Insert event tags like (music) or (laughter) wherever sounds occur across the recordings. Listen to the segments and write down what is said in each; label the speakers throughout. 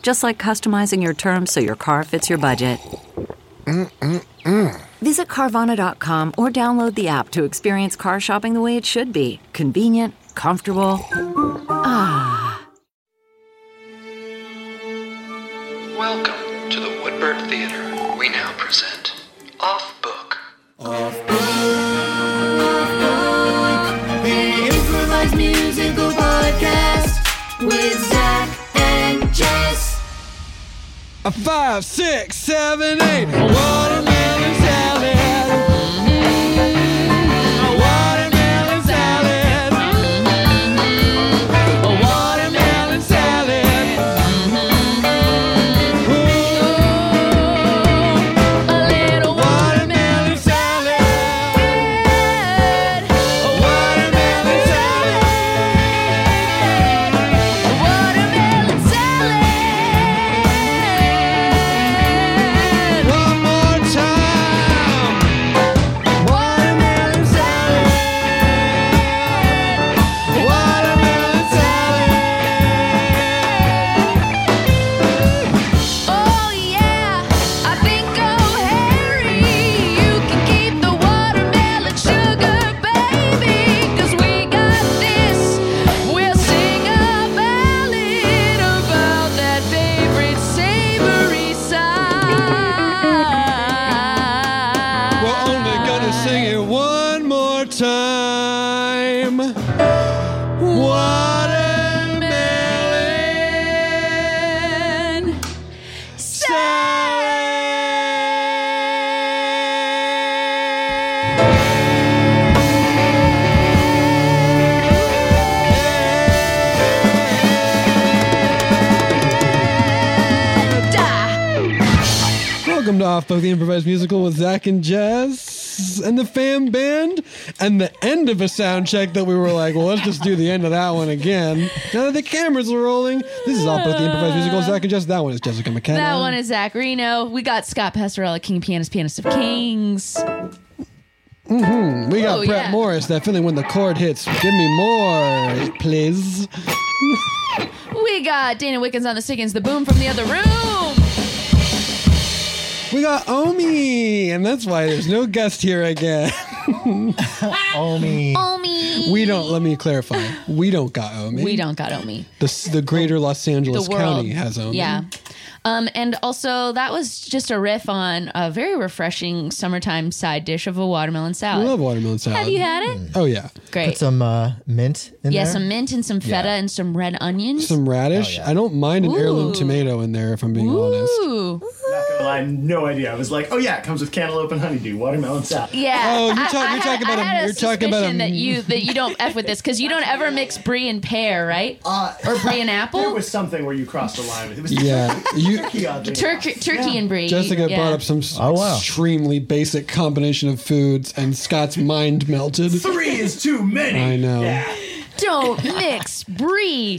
Speaker 1: Just like customizing your terms so your car fits your budget. Visit Carvana.com or download the app to experience car shopping the way it should be convenient, comfortable.
Speaker 2: Welcome to the Woodbird Theater. We now present Off Book.
Speaker 3: The improvised musical podcast with Zach and Jess.
Speaker 4: A five, six, seven, eight. A watermelon salad. A watermelon salad. A watermelon salad. Ooh, a little watermelon salad. A watermelon salad.
Speaker 3: Watermelon salad.
Speaker 4: One more time. Watermelon salad. Watermelon salad.
Speaker 3: Oh yeah, I think oh Harry, you can keep the watermelon sugar, baby, 'cause we got this. We'll sing a ballad about that favorite savory side.
Speaker 4: We're only gonna sing it one more time. Watermelon salad. Welcome to Off Book, the improvised musical with Zach and Jess and the fam band, and the end of a sound check that we were like, well, let's just do the end of that one again. Now that the cameras are rolling, this is Off Book, the improvised musical with Zach and Jess. That one is Jessica McKenna.
Speaker 5: That one is Zach Reno. We got Scott Passarella, King Pianist, Pianist of Kings.
Speaker 4: We got
Speaker 5: Oh,
Speaker 4: Brett
Speaker 5: yeah.
Speaker 4: Morris. That feeling when the chord hits. Give me more, please.
Speaker 5: We got Dana Wickens on the Stickins, the boom from the other room.
Speaker 4: We got Omi, and that's why there's no guest here again.
Speaker 5: Omi.
Speaker 4: We don't. Let me clarify. We don't got Omi.
Speaker 5: We don't got Omi.
Speaker 4: The, s- the greater Los
Speaker 5: The
Speaker 4: Angeles
Speaker 5: world
Speaker 4: County has Omi.
Speaker 5: Yeah. Um, and also, that was just a riff on a very refreshing summertime side dish of a watermelon
Speaker 4: I
Speaker 5: salad.
Speaker 4: love watermelon salad.
Speaker 5: Have you had it?
Speaker 4: Oh yeah.
Speaker 5: Great.
Speaker 6: Put some uh, mint in
Speaker 5: yeah,
Speaker 6: there.
Speaker 5: some mint and some feta and some red onions.
Speaker 4: Some radish.
Speaker 6: Oh,
Speaker 4: I don't mind an heirloom tomato in there if I'm being honest.
Speaker 5: Ooh.
Speaker 7: I had no idea. I was like, oh yeah, it comes with cantaloupe and honeydew, watermelon salad.
Speaker 5: Yeah.
Speaker 4: Oh, you're
Speaker 5: I-
Speaker 4: talk-
Speaker 5: I had-
Speaker 4: you're talking about
Speaker 5: I
Speaker 4: a-
Speaker 5: had
Speaker 4: you're talking about a-
Speaker 5: suspicion that you that you don't f with this because you don't ever mix brie and pear, right?
Speaker 4: Uh-huh.
Speaker 5: or brie and
Speaker 7: There
Speaker 5: apple,
Speaker 7: was something where you crossed the line. It was
Speaker 4: Uh,
Speaker 5: (laughs)
Speaker 4: Yeah. You
Speaker 7: turkey on the-
Speaker 5: turkey, turkey and brie.
Speaker 4: Jessica
Speaker 5: Yeah.
Speaker 4: brought up some s-
Speaker 6: Oh, wow.
Speaker 4: extremely basic combination of foods and Scott's mind melted.
Speaker 7: Three is too many.
Speaker 4: I know.
Speaker 5: Don't mix brie,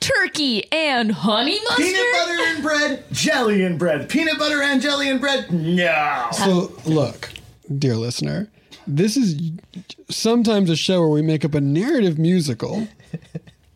Speaker 5: turkey, and honey mustard.
Speaker 7: Peanut butter and bread, jelly and bread. Peanut butter and jelly and bread. No.
Speaker 4: So, look, dear listener, this is sometimes a show where we make up a narrative musical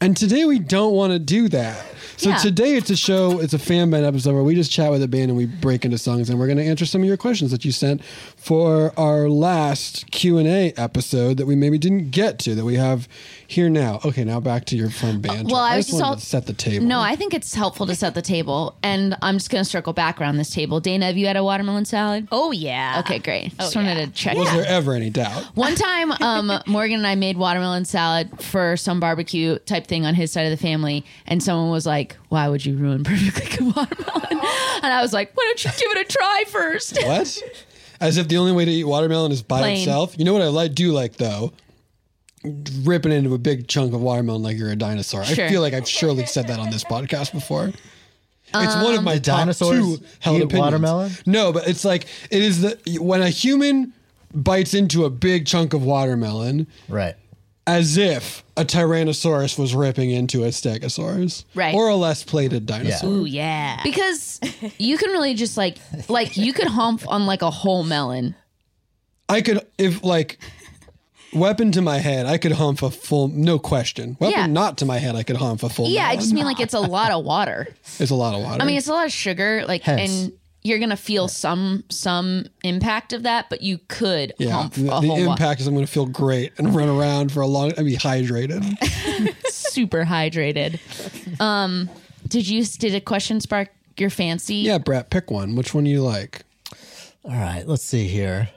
Speaker 4: And today we don't want to do that. So
Speaker 5: Yeah.
Speaker 4: today it's a show, it's a fan band episode where we just chat with a band and we break into songs and we're going to answer some of your questions that you sent for our last Q&A episode that we maybe didn't get to that we have here now. Okay, now back to your fun band.
Speaker 5: Well, I, was
Speaker 4: just
Speaker 5: just
Speaker 4: wanted
Speaker 5: all-
Speaker 4: to set the table.
Speaker 5: No, I think it's helpful to set the table, and I'm just gonna circle back around this table. Dana, have you had a watermelon salad?
Speaker 8: Oh yeah.
Speaker 5: Okay, great.
Speaker 8: Oh,
Speaker 5: Just wanted
Speaker 8: yeah.
Speaker 5: to check.
Speaker 4: Was there ever any doubt?
Speaker 5: One time,
Speaker 8: (laughs)
Speaker 5: um, Morgan and I made watermelon salad for some barbecue type thing on his side of the family, and someone was like, "Why would you ruin perfectly good
Speaker 8: (laughs)
Speaker 5: watermelon?" And I was like, "Why don't you give it a try first?
Speaker 4: What? As if the only way to eat watermelon is by
Speaker 5: Plain.
Speaker 4: itself. You know what I like do like though? Ripping into a big chunk of watermelon like you're a dinosaur.
Speaker 5: Sure.
Speaker 4: I feel like I've surely said that on this podcast before. It's one
Speaker 5: Um,
Speaker 4: of my
Speaker 6: The
Speaker 4: top two
Speaker 6: dinosaurs
Speaker 4: held
Speaker 6: eat
Speaker 4: opinions.
Speaker 6: watermelon?
Speaker 4: No, but it's like it is the when a human bites into a big chunk of watermelon
Speaker 6: Right.
Speaker 4: as if a tyrannosaurus was ripping into a stegosaurus
Speaker 5: Right.
Speaker 4: or a less plated dinosaur.
Speaker 8: Ooh yeah.
Speaker 5: Because you can really just like, like you could hump on like a whole melon.
Speaker 4: I could if like weapon to my head, I could hump a full no question. Weapon
Speaker 5: Yeah.
Speaker 4: not to my head, I could hump a full.
Speaker 5: Yeah, I
Speaker 4: melon.
Speaker 5: just mean like it's a lot of
Speaker 4: (laughs)
Speaker 5: water.
Speaker 4: it's a lot of water.
Speaker 5: I mean, it's a lot of sugar, like,
Speaker 6: Hence.
Speaker 5: and you're gonna feel some some impact of that, but you could
Speaker 4: yeah.
Speaker 5: hump
Speaker 4: The,
Speaker 5: a
Speaker 4: the
Speaker 5: whole
Speaker 4: impact
Speaker 5: lot.
Speaker 4: is I'm going to feel great and run around for a long. I'd be hydrated.
Speaker 5: (laughs) (laughs) Super hydrated. Um, did you did a question spark your fancy?
Speaker 4: yeah, Brett, pick one. Which one do you like?
Speaker 6: All right. Let's see here.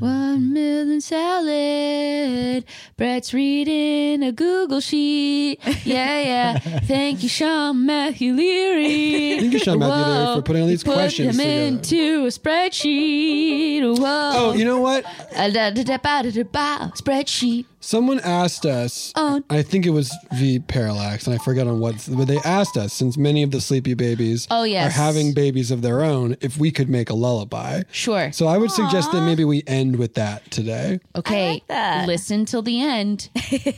Speaker 5: Watermelon salad. Brett's reading a Google sheet. Yeah,
Speaker 4: (laughs)
Speaker 5: yeah. Thank you, Sean Matthew Leary.
Speaker 4: Thank you, Sean Matthew Leary,
Speaker 5: Whoa.
Speaker 4: for putting all
Speaker 5: He
Speaker 4: these questions
Speaker 5: Put
Speaker 4: together.
Speaker 5: them into a spreadsheet. Whoa.
Speaker 4: Oh, you know what?
Speaker 5: Uh, da- da- da- ba- da- da- ba. Spreadsheet.
Speaker 4: Someone asked us.
Speaker 5: On.
Speaker 4: I think it was V Parallax, and I forgot on what. But they asked us since many of the sleepy babies
Speaker 5: Oh, yes.
Speaker 4: are having babies of their own, if we could make a lullaby.
Speaker 5: Sure.
Speaker 4: So I would suggest that maybe we end with that today,
Speaker 5: okay.
Speaker 8: like that.
Speaker 5: Listen till the end.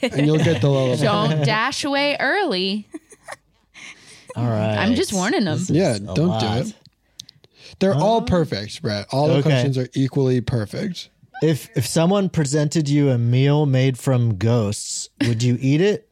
Speaker 4: and you'll get
Speaker 5: (laughs)
Speaker 4: the lullaby.
Speaker 8: (laughs)
Speaker 5: Don't dash away early.
Speaker 6: All right.
Speaker 5: I'm just warning them.
Speaker 4: yeah,
Speaker 6: a
Speaker 4: don't
Speaker 6: lot.
Speaker 4: do it. They're
Speaker 5: Oh.
Speaker 4: all perfect, Brett. All the
Speaker 6: Okay.
Speaker 4: questions are equally perfect.
Speaker 6: If if someone presented you a meal made from ghosts, would you eat it?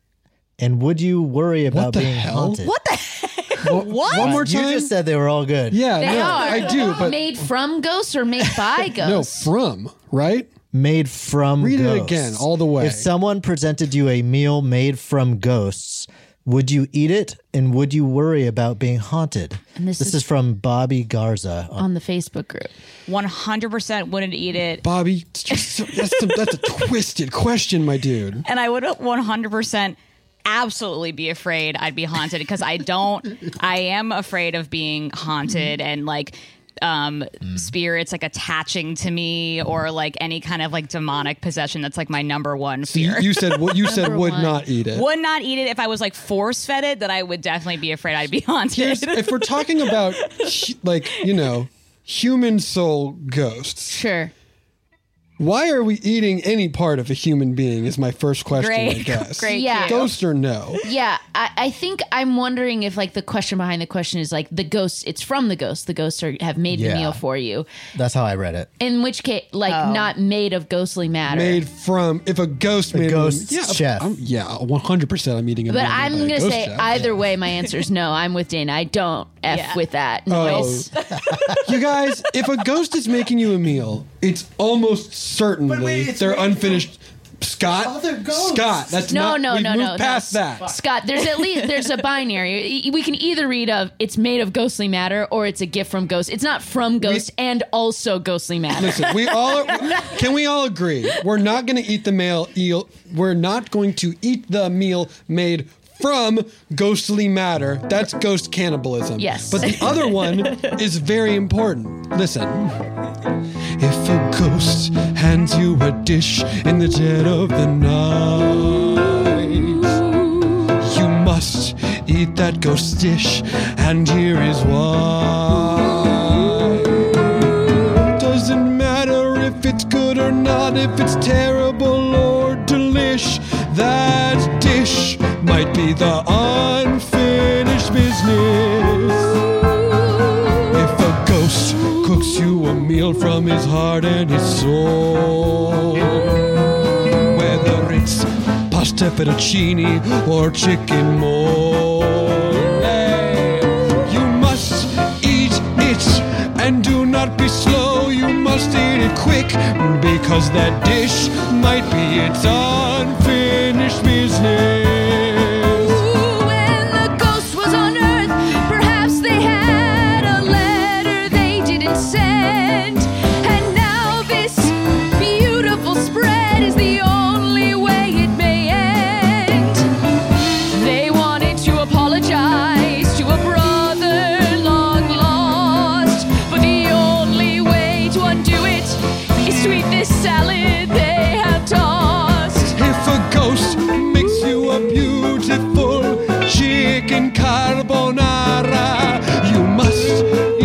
Speaker 6: And would you worry about
Speaker 4: the
Speaker 6: being
Speaker 4: hell?
Speaker 6: haunted? What
Speaker 4: (laughs)
Speaker 6: the
Speaker 4: What? One more
Speaker 6: You
Speaker 4: time.
Speaker 6: just said they were all good.
Speaker 4: yeah,
Speaker 5: They
Speaker 4: no,
Speaker 5: are.
Speaker 4: I do, but
Speaker 5: made from ghosts or made by
Speaker 4: no,
Speaker 5: ghosts.
Speaker 4: from right.
Speaker 6: Made from
Speaker 4: Read it
Speaker 6: ghosts.
Speaker 4: again, all the way.
Speaker 6: If someone presented you a meal made from ghosts, would you eat it? And would you worry about being haunted?
Speaker 5: And this
Speaker 6: this
Speaker 5: is-
Speaker 6: is, from Bobby Garza.
Speaker 5: On the Facebook group.
Speaker 8: One hundred percent wouldn't eat it.
Speaker 4: Bobby, it's just- that's a, that's a twisted question, my dude.
Speaker 8: And I would 100% absolutely be afraid I'd be haunted because I don't, I am afraid of being haunted and like, um spirits like attaching to me or like any kind of like demonic possession that's like my number one
Speaker 4: So you,
Speaker 8: fear
Speaker 4: you said what you said
Speaker 5: Number
Speaker 4: would
Speaker 5: one.
Speaker 4: not eat it.
Speaker 8: would not eat it if i was like force fed it then i would definitely be afraid i'd be (laughs) haunted
Speaker 4: Here's- if we're talking
Speaker 5: (laughs)
Speaker 4: about hu- like you know human soul ghosts,
Speaker 5: Sure.
Speaker 4: Why are we eating any part of a human being? Is my first question, I
Speaker 5: (laughs)
Speaker 8: great
Speaker 4: guess.
Speaker 8: great
Speaker 5: Yeah.
Speaker 8: yeah
Speaker 4: Ghost or no?
Speaker 5: Yeah, I, I think I'm wondering if like the question behind the question is like the ghosts. It's from the ghosts. The ghosts are, have made the
Speaker 6: Yeah.
Speaker 5: meal for you.
Speaker 6: That's how I read it.
Speaker 5: In which case, like
Speaker 8: Oh.
Speaker 5: not made of ghostly matter.
Speaker 4: Made from if a ghost made
Speaker 6: ghost's
Speaker 4: yeah,
Speaker 6: chef.
Speaker 4: I'm, yeah, one hundred percent. I'm eating a.
Speaker 5: but
Speaker 4: meal made
Speaker 5: I'm
Speaker 4: by a
Speaker 5: gonna
Speaker 4: ghost
Speaker 5: say
Speaker 4: chef.
Speaker 5: either way, my answer is no. I'm with Dana. I don't f
Speaker 8: Yeah.
Speaker 5: with that
Speaker 4: Oh.
Speaker 5: noise.
Speaker 4: (laughs) you guys, if a ghost is making you a meal, it's almost certainly
Speaker 7: But wait, it's
Speaker 4: they're
Speaker 7: made
Speaker 4: unfinished. Scott,
Speaker 7: Other ghosts.
Speaker 4: Scott, that's
Speaker 5: No,
Speaker 4: not,
Speaker 5: no,
Speaker 4: we've
Speaker 5: no,
Speaker 4: moved
Speaker 5: no,
Speaker 4: past
Speaker 5: no.
Speaker 4: that.
Speaker 5: Scott, there's at least there's a binary. We can either read of it's made of ghostly matter or it's a gift from ghosts. It's not from ghosts and also ghostly matter.
Speaker 4: Listen,
Speaker 5: (laughs)
Speaker 4: we all can we all agree we're not going to eat the male eel. We're not going to eat the meal made from ghostly matter. That's ghost cannibalism.
Speaker 5: Yes.
Speaker 4: But the
Speaker 5: (laughs)
Speaker 4: other one is very important. Listen. If a ghost hands you a dish in the dead of the night, you must eat that ghost dish, and here is why. Doesn't matter if it's good or not, if it's terrible or delish. That dish might be the unfinished business. If a ghost cooks you a meal from his heart and his soul, whether it's pasta pasta fettuccine or chicken mole. You must eat it and do not be slow. You must eat it quick because that dish might be its unfinished business.
Speaker 3: When the ghost was on Earth, perhaps they had a letter they didn't send. And now this beautiful spread is the only way it may end. They wanted to apologize to a brother long lost, but the only way to undo it is to eat this salad they have tossed.
Speaker 4: If a ghost makes you a beautiful chicken carbonara, you must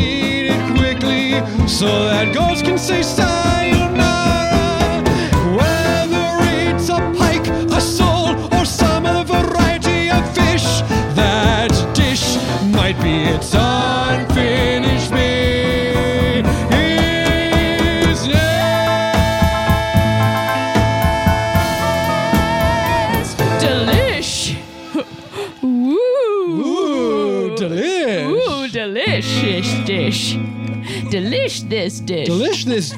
Speaker 4: eat it quickly so that ghost can say sayonara. Whether it's a pike, a sole, or some other variety of fish, that dish might be its unfinished business.
Speaker 5: Delish. (laughs) Woo.
Speaker 4: Ooh, delish.
Speaker 5: Ooh, delicious dish. Delish this dish.
Speaker 4: Delish this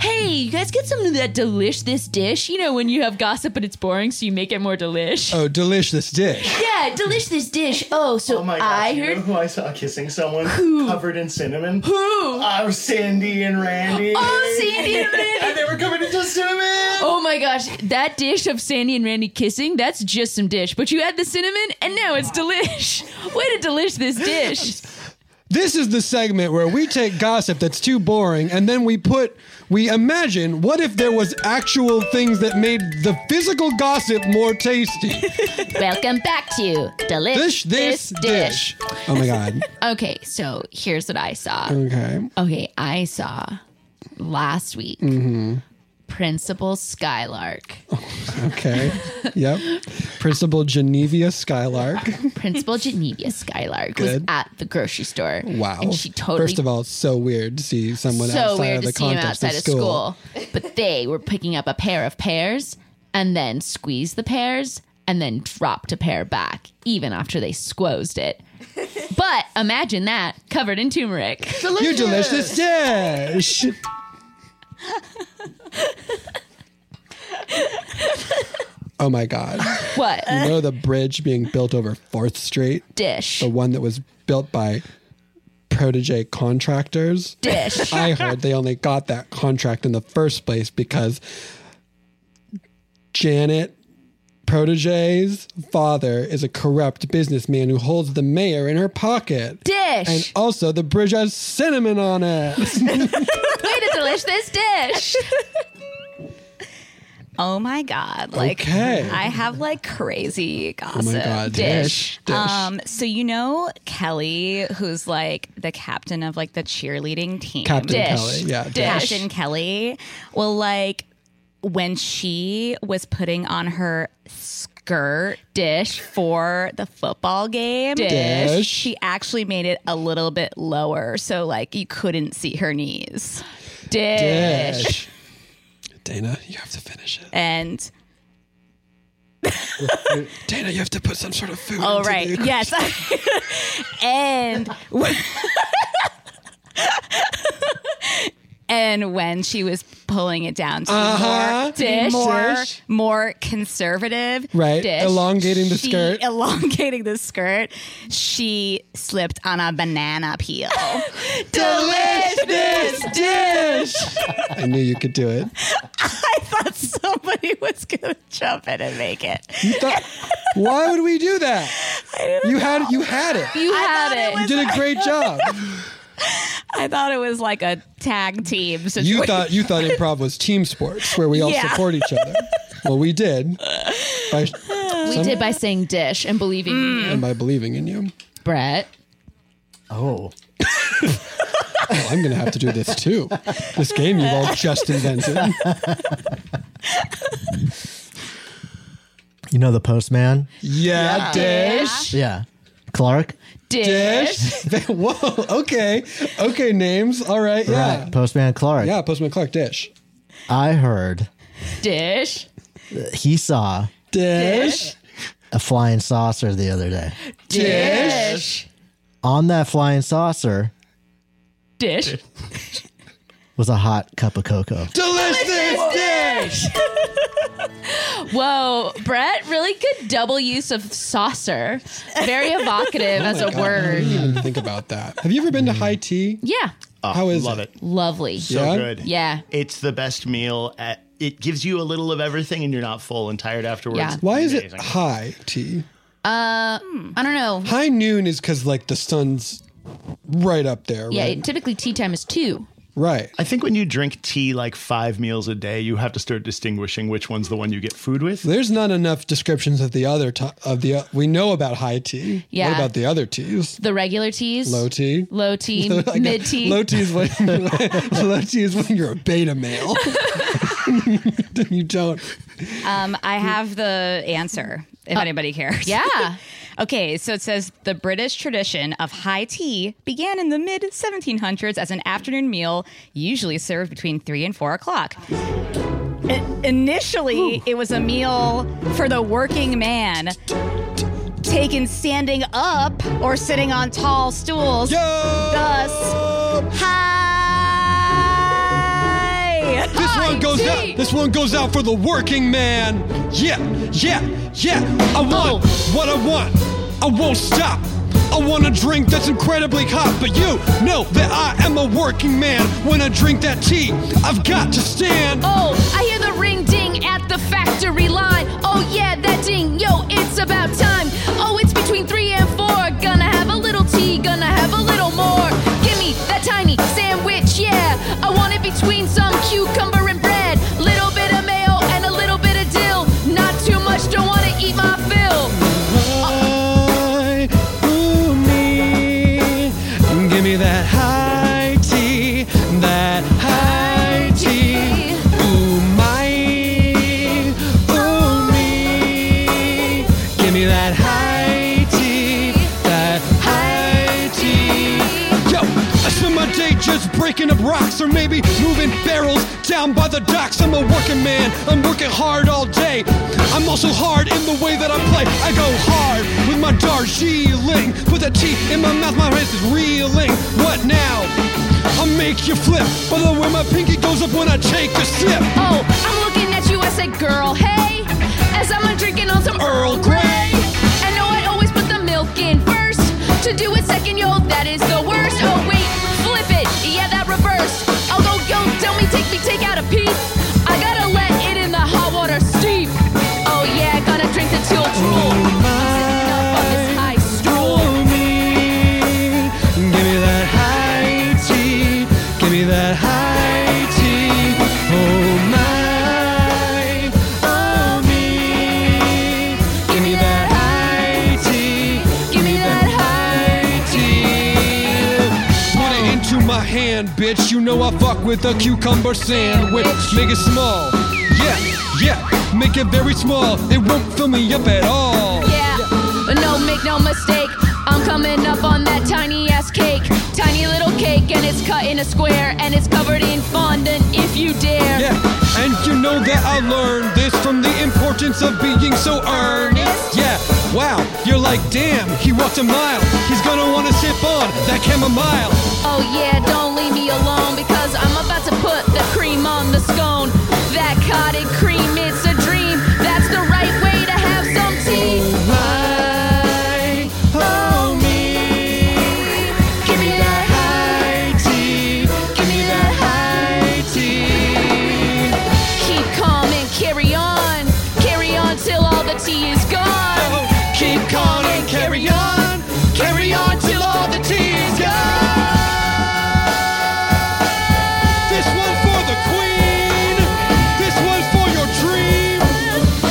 Speaker 5: hey, you guys get some of that delish this dish? You know, when you have gossip and it's boring, so you make it more delish.
Speaker 4: oh delish this dish.
Speaker 5: Yeah, delish this dish. Oh, so
Speaker 7: Oh my gosh,
Speaker 5: I
Speaker 7: you know
Speaker 5: heard.
Speaker 7: who I saw kissing someone covered in cinnamon?
Speaker 5: Who?
Speaker 7: Oh, Sandy and Randy.
Speaker 5: Oh, Sandy and Randy.
Speaker 7: (laughs) and they were covered in just cinnamon.
Speaker 5: Oh my gosh, that dish of Sandy and Randy kissing, that's just some dish. But you add the cinnamon, and now it's delish. (laughs) Way to delish this dish.
Speaker 4: This is the segment where we take gossip that's too boring and then we put we imagine what if there was actual things that made the physical gossip more tasty.
Speaker 5: Welcome back to Delish
Speaker 4: Dish this dish. Oh my god.
Speaker 5: Okay, so here's what I saw.
Speaker 4: Mm. Okay.
Speaker 5: Okay, I saw last week
Speaker 4: Mm-hmm.
Speaker 5: Principal Skylark.
Speaker 4: Okay. Yep. Principal Genevia Skylark. (laughs)
Speaker 5: Principal Geneva Skylark was
Speaker 4: Good.
Speaker 5: at the grocery store.
Speaker 4: Wow.
Speaker 5: And she totally
Speaker 4: First of all, it's so weird to see someone
Speaker 5: so
Speaker 4: outside
Speaker 5: weird
Speaker 4: of
Speaker 5: to
Speaker 4: the
Speaker 5: see him
Speaker 4: context
Speaker 5: outside
Speaker 4: of
Speaker 5: of
Speaker 4: school.
Speaker 5: school. But they were picking up a pair of pears and then squeezed the pears and then dropped a pear back, even after they squozed it. But imagine that covered in turmeric.
Speaker 4: You delicious dish. oh my god.
Speaker 5: What?
Speaker 4: (laughs) You know the bridge being built over 4th Street?
Speaker 5: Dish.
Speaker 4: The one that was built by protege contractors?
Speaker 5: Dish.
Speaker 4: I heard they only got that contract in the first place because Janet Protege's father is a corrupt businessman who holds the mayor in her pocket.
Speaker 5: Dish.
Speaker 4: And also the bridge has cinnamon on it.
Speaker 5: Way to delish this dish.
Speaker 8: (laughs) Oh my god! Like
Speaker 4: Okay.
Speaker 8: I have like crazy
Speaker 4: oh
Speaker 8: gossip.
Speaker 4: my god.
Speaker 5: dish.
Speaker 4: Dish. Dish.
Speaker 8: Um, so you know Kelly, who's like the captain of like the cheerleading team.
Speaker 4: Captain
Speaker 5: dish.
Speaker 4: Kelly. Yeah.
Speaker 5: Dish.
Speaker 8: Captain Kelly. Well, like when she was putting on her skirt
Speaker 5: Dish.
Speaker 8: for the football game,
Speaker 5: Dish.
Speaker 4: Dish.
Speaker 8: she actually made it a little bit lower, so like you couldn't see her knees.
Speaker 5: Dish.
Speaker 4: Dish. Dana, you have to finish it.
Speaker 8: And
Speaker 4: Dana, you have to put some sort of food.
Speaker 8: Oh
Speaker 4: into
Speaker 8: right,
Speaker 9: (laughs)
Speaker 4: the-
Speaker 8: yes. (laughs) and (laughs) when- and when she was pulling it down to be
Speaker 4: Uh-huh.
Speaker 8: more, to be
Speaker 5: Dish.
Speaker 8: more,
Speaker 4: Dish.
Speaker 8: more conservative,
Speaker 4: Right.
Speaker 5: Dish.
Speaker 4: Elongating the
Speaker 8: she- (laughs)
Speaker 4: skirt.
Speaker 8: elongating the skirt, she slipped on a banana
Speaker 5: (laughs)
Speaker 8: peel. (laughs)
Speaker 4: Delicious (laughs) dish. I knew you could do it.
Speaker 8: I thought somebody was gonna jump in and make it.
Speaker 4: You thought, why would we do that? You had you had it.
Speaker 5: You had
Speaker 8: thought it
Speaker 5: it.
Speaker 8: was-
Speaker 4: You did a great job.
Speaker 8: I thought it was like a tag team situation.
Speaker 4: You thought you thought improv was team sports where we all
Speaker 8: Yeah.
Speaker 4: support each other. Well, we did. By,
Speaker 5: we did by saying dish and believing
Speaker 8: Mm.
Speaker 5: in you,
Speaker 4: and by believing in you.
Speaker 5: Brett.
Speaker 6: Oh.
Speaker 4: Well, I'm going to have to do this too. This game you've all just invented.
Speaker 6: You know the postman?
Speaker 4: Yeah, dish.
Speaker 6: Yeah. Clark?
Speaker 5: Dish.
Speaker 4: Dish. (laughs) Whoa. Okay. Okay. Names. All right. Yeah.
Speaker 6: Right. Postman Clark.
Speaker 4: Yeah. Postman Clark. Dish.
Speaker 6: I heard
Speaker 5: Dish.
Speaker 6: he saw
Speaker 9: Dish.
Speaker 6: a flying saucer the other day.
Speaker 9: Dish.
Speaker 6: On that flying saucer
Speaker 8: Dish.
Speaker 6: was a hot cup of
Speaker 4: (laughs)
Speaker 6: cocoa.
Speaker 9: Delicious dish.
Speaker 5: Whoa, Brett, really good double use of saucer.
Speaker 8: (laughs)
Speaker 5: Very evocative as a
Speaker 9: I
Speaker 5: word.
Speaker 9: didn't even think about that. Have you ever been to high tea?
Speaker 5: Yeah,
Speaker 9: How is
Speaker 10: Oh, Love it.
Speaker 5: lovely.
Speaker 10: So
Speaker 9: Yeah?
Speaker 10: good.
Speaker 5: Yeah.
Speaker 10: It's the best meal. At, it gives you a little of everything and you're not full and tired afterwards.
Speaker 5: Yeah.
Speaker 9: Why is it
Speaker 10: Amazing.
Speaker 9: high tea?
Speaker 5: I don't know.
Speaker 9: High noon is because like the sun's right up there,
Speaker 5: Yeah,
Speaker 9: right?
Speaker 5: typically tea time is two.
Speaker 9: Right.
Speaker 10: I think when you drink tea like five meals a day, you have to start distinguishing which one's the one you get food with.
Speaker 9: There's not enough descriptions of the other ti of the we know about high tea.
Speaker 5: Yeah.
Speaker 9: What about the other teas?
Speaker 5: The regular teas,
Speaker 9: Low tea. (laughs)
Speaker 5: low tea, mid tea.
Speaker 9: Low tea
Speaker 5: (laughs)
Speaker 9: is when (laughs) low tea is when you're a beta male. (laughs) you don't.
Speaker 8: Um, I have the answer
Speaker 9: Uh,
Speaker 8: if anybody cares.
Speaker 5: yeah.
Speaker 8: (laughs) Okay, so it says the British tradition of high tea began in the mid 1700s as an afternoon meal, usually served between three and four o'clock. I- initially, it was a meal for the working man, taken standing up or sitting on tall stools.
Speaker 9: Oh!
Speaker 8: Thus, high.
Speaker 9: This one goes out. This one goes out for the working man. Yeah, yeah, yeah. I want what I want. I won't stop. I want a drink that's incredibly hot, but you know that I am a working man. When I drink that tea, I've got to stand.
Speaker 3: Oh, I hear the ring ding at the factory line. Oh, yeah, that ding. Yo, it's about time. Oh, it's between three and four. Gonna have a little tea, gonna have a little more. Give me that tiny sandwich, yeah. I want it between some cucumber and bread. Little bit of mayo and a little bit of dill. Not too much, don't wanna eat my fill.
Speaker 9: Why, ooh, me. Give me that high tea, that high tea. Ooh, my, ooh, me. Give me that high tea, that high tea. Yo, I spend my day just breaking up rocks or maybe moving barrels down by the docks. I'm a working man, I'm working hard all day. I'm also hard in the way that I play. I go hard with my Darjeeling. Put that tea in my mouth, my wrist is reeling. What now? I'll make you flip. By the way, my pinky goes up when I take a sip.
Speaker 3: Oh, I'm looking at you, I said, girl, hey. As I'm drinking on some Earl Grey. And no, I always put the milk in first. To do it second, yo, that is the worst. Oh, wait, flip it. Yeah, that reversed. Oh, go, yo, tell me, take me, take out a piece. I gotta let it in the hot water steep. Oh, yeah, gotta drink the till drool. I'm sitting up on this high stool.
Speaker 9: Oh,
Speaker 3: Give me that high
Speaker 9: Put it into my hand, bitch. You know I fuck with a cucumber sandwich. Make it small. Yeah, yeah. Make it very small. It won't fill me up at all.
Speaker 3: Yeah, no, make no mistake. I'm coming up on that tiny ass cake. Tiny little cake, and it's cut in a square, and it's covered in fondant if you dare.
Speaker 9: Yeah, and you know that I learned this from the importance of being so earnest. Yeah, wow, you're like, damn, he walked a mile. He's gonna wanna sip on that chamomile.
Speaker 3: Oh, yeah, don't leave me alone because I'm about to put the cream on the scone. That cottage cream, it's a dream. That's the right way to have some tea.
Speaker 9: My homie, give me that high tea, give me that high tea.
Speaker 3: Keep calm and carry on. Carry on till all the tea is gone.
Speaker 9: Keep calm and carry on, carry on till all the tea is gone. This one for the queen, this one's for your dream,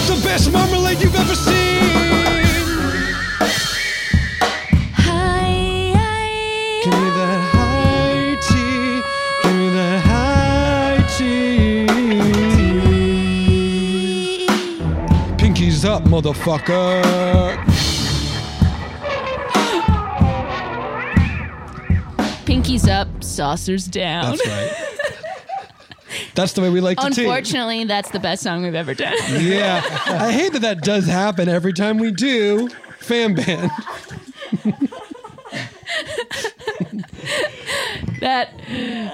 Speaker 9: the best marmalade you've ever seen. Give me that high tea. Give me that high tea. Pinkies up, motherfucker.
Speaker 5: Pinkies up, saucers down. (laughs)
Speaker 9: That's right.
Speaker 4: That's the way we like to teach.
Speaker 5: Unfortunately, that's the best song we've ever done.
Speaker 4: Yeah. I hate that that does happen every time we do fan band.
Speaker 5: (laughs) that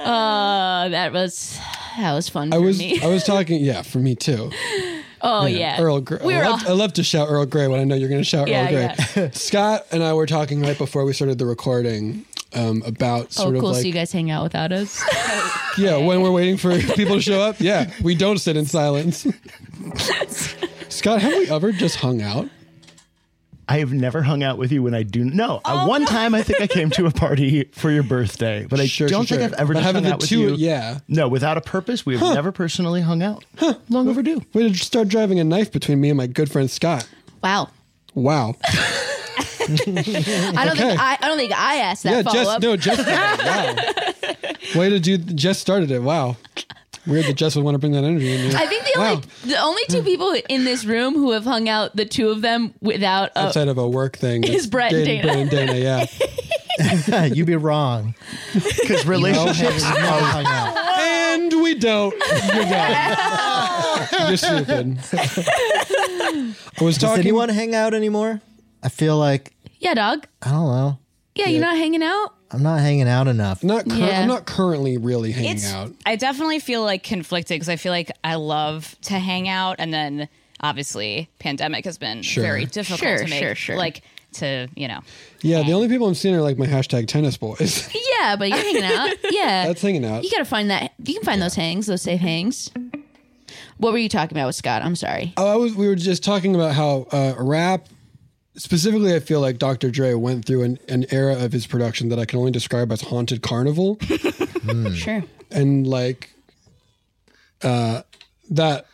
Speaker 5: uh, that was that was fun
Speaker 4: I
Speaker 5: for
Speaker 4: was
Speaker 5: me.
Speaker 4: I was talking yeah, for me too.
Speaker 5: (laughs) oh yeah,
Speaker 4: Earl Grey.
Speaker 5: We were
Speaker 4: I,
Speaker 5: all,
Speaker 4: love, I love to shout Earl Grey when I know you're going to shout
Speaker 5: Yeah,
Speaker 4: Earl Grey. (laughs) Scott and I were talking right before we started the recording um, about
Speaker 5: oh
Speaker 4: sort
Speaker 5: cool.
Speaker 4: of
Speaker 5: so
Speaker 4: like
Speaker 5: you guys hang out without
Speaker 4: (laughs)
Speaker 5: us.
Speaker 4: yeah, when we're
Speaker 5: (laughs)
Speaker 4: waiting for people to show up. Yeah, we don't sit in silence. Scott, have we ever just hung out?
Speaker 10: I have never hung out with you when I do. No,
Speaker 8: Oh,
Speaker 10: uh, one time I think I came to
Speaker 8: (laughs)
Speaker 10: a party for your birthday, but I
Speaker 4: Sure,
Speaker 10: don't
Speaker 4: sure,
Speaker 10: think
Speaker 4: sure.
Speaker 10: I've ever
Speaker 4: But
Speaker 10: just
Speaker 4: having
Speaker 10: hung
Speaker 4: the
Speaker 10: out with
Speaker 4: two-
Speaker 10: you.
Speaker 4: yeah.
Speaker 10: No, without a purpose, we have
Speaker 4: Huh.
Speaker 10: never personally hung out.
Speaker 4: Huh, long overdue. We did start driving a knife between me and my good friend Scott.
Speaker 5: Wow.
Speaker 4: Wow.
Speaker 5: I don't think I, I don't think I asked that
Speaker 4: yeah,
Speaker 5: follow
Speaker 4: Jess.
Speaker 5: up.
Speaker 4: No, Jess. did it. wow. Way to do. Jess started it. Wow. Weird that Jess would want to bring that energy in. there.
Speaker 5: I think the
Speaker 4: wow. Mm.
Speaker 5: only the only two people in this room who have hung out, the two of them, without a,
Speaker 4: outside of a work thing
Speaker 5: Is
Speaker 4: it's
Speaker 5: uh, Brett and Dana.
Speaker 4: Dana- Brett
Speaker 5: (laughs)
Speaker 4: and Dana, yeah. (laughs) You'd be wrong.
Speaker 6: (laughs)
Speaker 10: Because
Speaker 6: relationships
Speaker 5: Oh.
Speaker 4: and we don't. You got it. You're stupid. I was
Speaker 6: Does
Speaker 4: talking-
Speaker 6: anyone hang out anymore? I feel like
Speaker 5: yeah, dog.
Speaker 6: I don't know.
Speaker 5: Yeah, you're not hanging out.
Speaker 6: I'm not hanging out enough.
Speaker 4: Not
Speaker 8: cur- Yeah. I'm not
Speaker 4: currently really
Speaker 6: hanging
Speaker 8: It's- I definitely feel like conflicted because I feel like I love to hang out, and then obviously pandemic has been
Speaker 4: Sure.
Speaker 8: very difficult
Speaker 5: Sure,
Speaker 8: to make.
Speaker 5: sure, sure.
Speaker 8: Like to you know,
Speaker 4: Yeah, the only people I'm seeing are like my hashtag
Speaker 5: (laughs)
Speaker 4: tennis boys.
Speaker 5: Yeah, but you're hanging
Speaker 8: (laughs)
Speaker 5: out. Yeah,
Speaker 4: That's hanging out.
Speaker 5: You gotta find that. You can find those hangs, those safe hangs. What were you talking about with Scott? I'm sorry.
Speaker 4: Oh, I was. We were just talking about how uh, rap, specifically, I feel like Dr. Dre went through an, an era of his production that I can only describe as haunted carnival.
Speaker 5: (laughs) Sure.
Speaker 4: and like uh that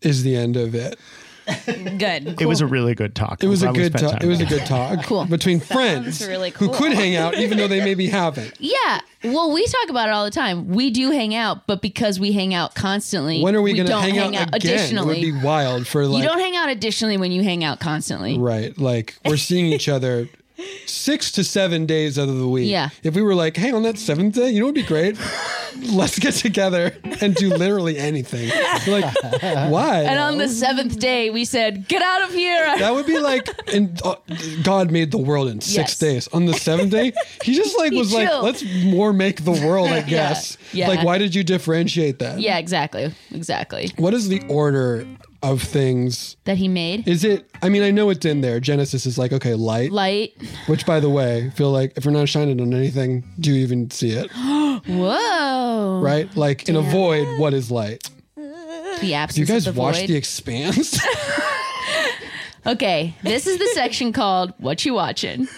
Speaker 4: is the end of it
Speaker 8: good.
Speaker 10: It was a really good talk.
Speaker 4: it was a good
Speaker 10: talk.
Speaker 4: talk it was a good talk cool between friends
Speaker 5: Sounds really
Speaker 4: who
Speaker 5: cool.
Speaker 4: could hang out even
Speaker 5: (laughs)
Speaker 4: though they maybe haven't
Speaker 5: Yeah. Well, we talk about it all the time. We do hang out, but because we hang out constantly,
Speaker 4: when are we, going to
Speaker 5: don't
Speaker 4: hang, out, again
Speaker 5: Additionally,
Speaker 4: it would be wild for like
Speaker 5: you don't hang out additionally when you hang out constantly.
Speaker 4: right like we're seeing each other six to seven days out of the week
Speaker 5: Yeah.
Speaker 4: if we were like hey on that seventh day you know what would be great let's get together and do literally anything You're like why
Speaker 5: And on
Speaker 4: though?
Speaker 5: the seventh day, we said, "Get out of here."
Speaker 4: That would be like, in, uh, God made the world in six
Speaker 5: Yes.
Speaker 4: days. On the seventh day, he just like
Speaker 5: He
Speaker 4: was like,
Speaker 5: chilled.
Speaker 4: let's more make the world.
Speaker 5: (laughs)
Speaker 4: I
Speaker 5: Yeah,
Speaker 4: guess.
Speaker 5: yeah.
Speaker 4: Like, why did you differentiate that?
Speaker 5: yeah, exactly, exactly.
Speaker 4: What is the order of things?
Speaker 5: That he made
Speaker 4: Is it? I mean, I know it's in there. Genesis is like, okay, light.
Speaker 5: light.
Speaker 4: Which, by the way, I feel like if we're not shining on anything, do you even see it?
Speaker 5: Whoa!
Speaker 4: Right? Like in a void, what is light?
Speaker 5: The absence.
Speaker 4: Do you guys
Speaker 5: of the
Speaker 4: watch
Speaker 5: void.
Speaker 4: The Expanse? (laughs)
Speaker 5: Okay, this is the section called "What You Watching."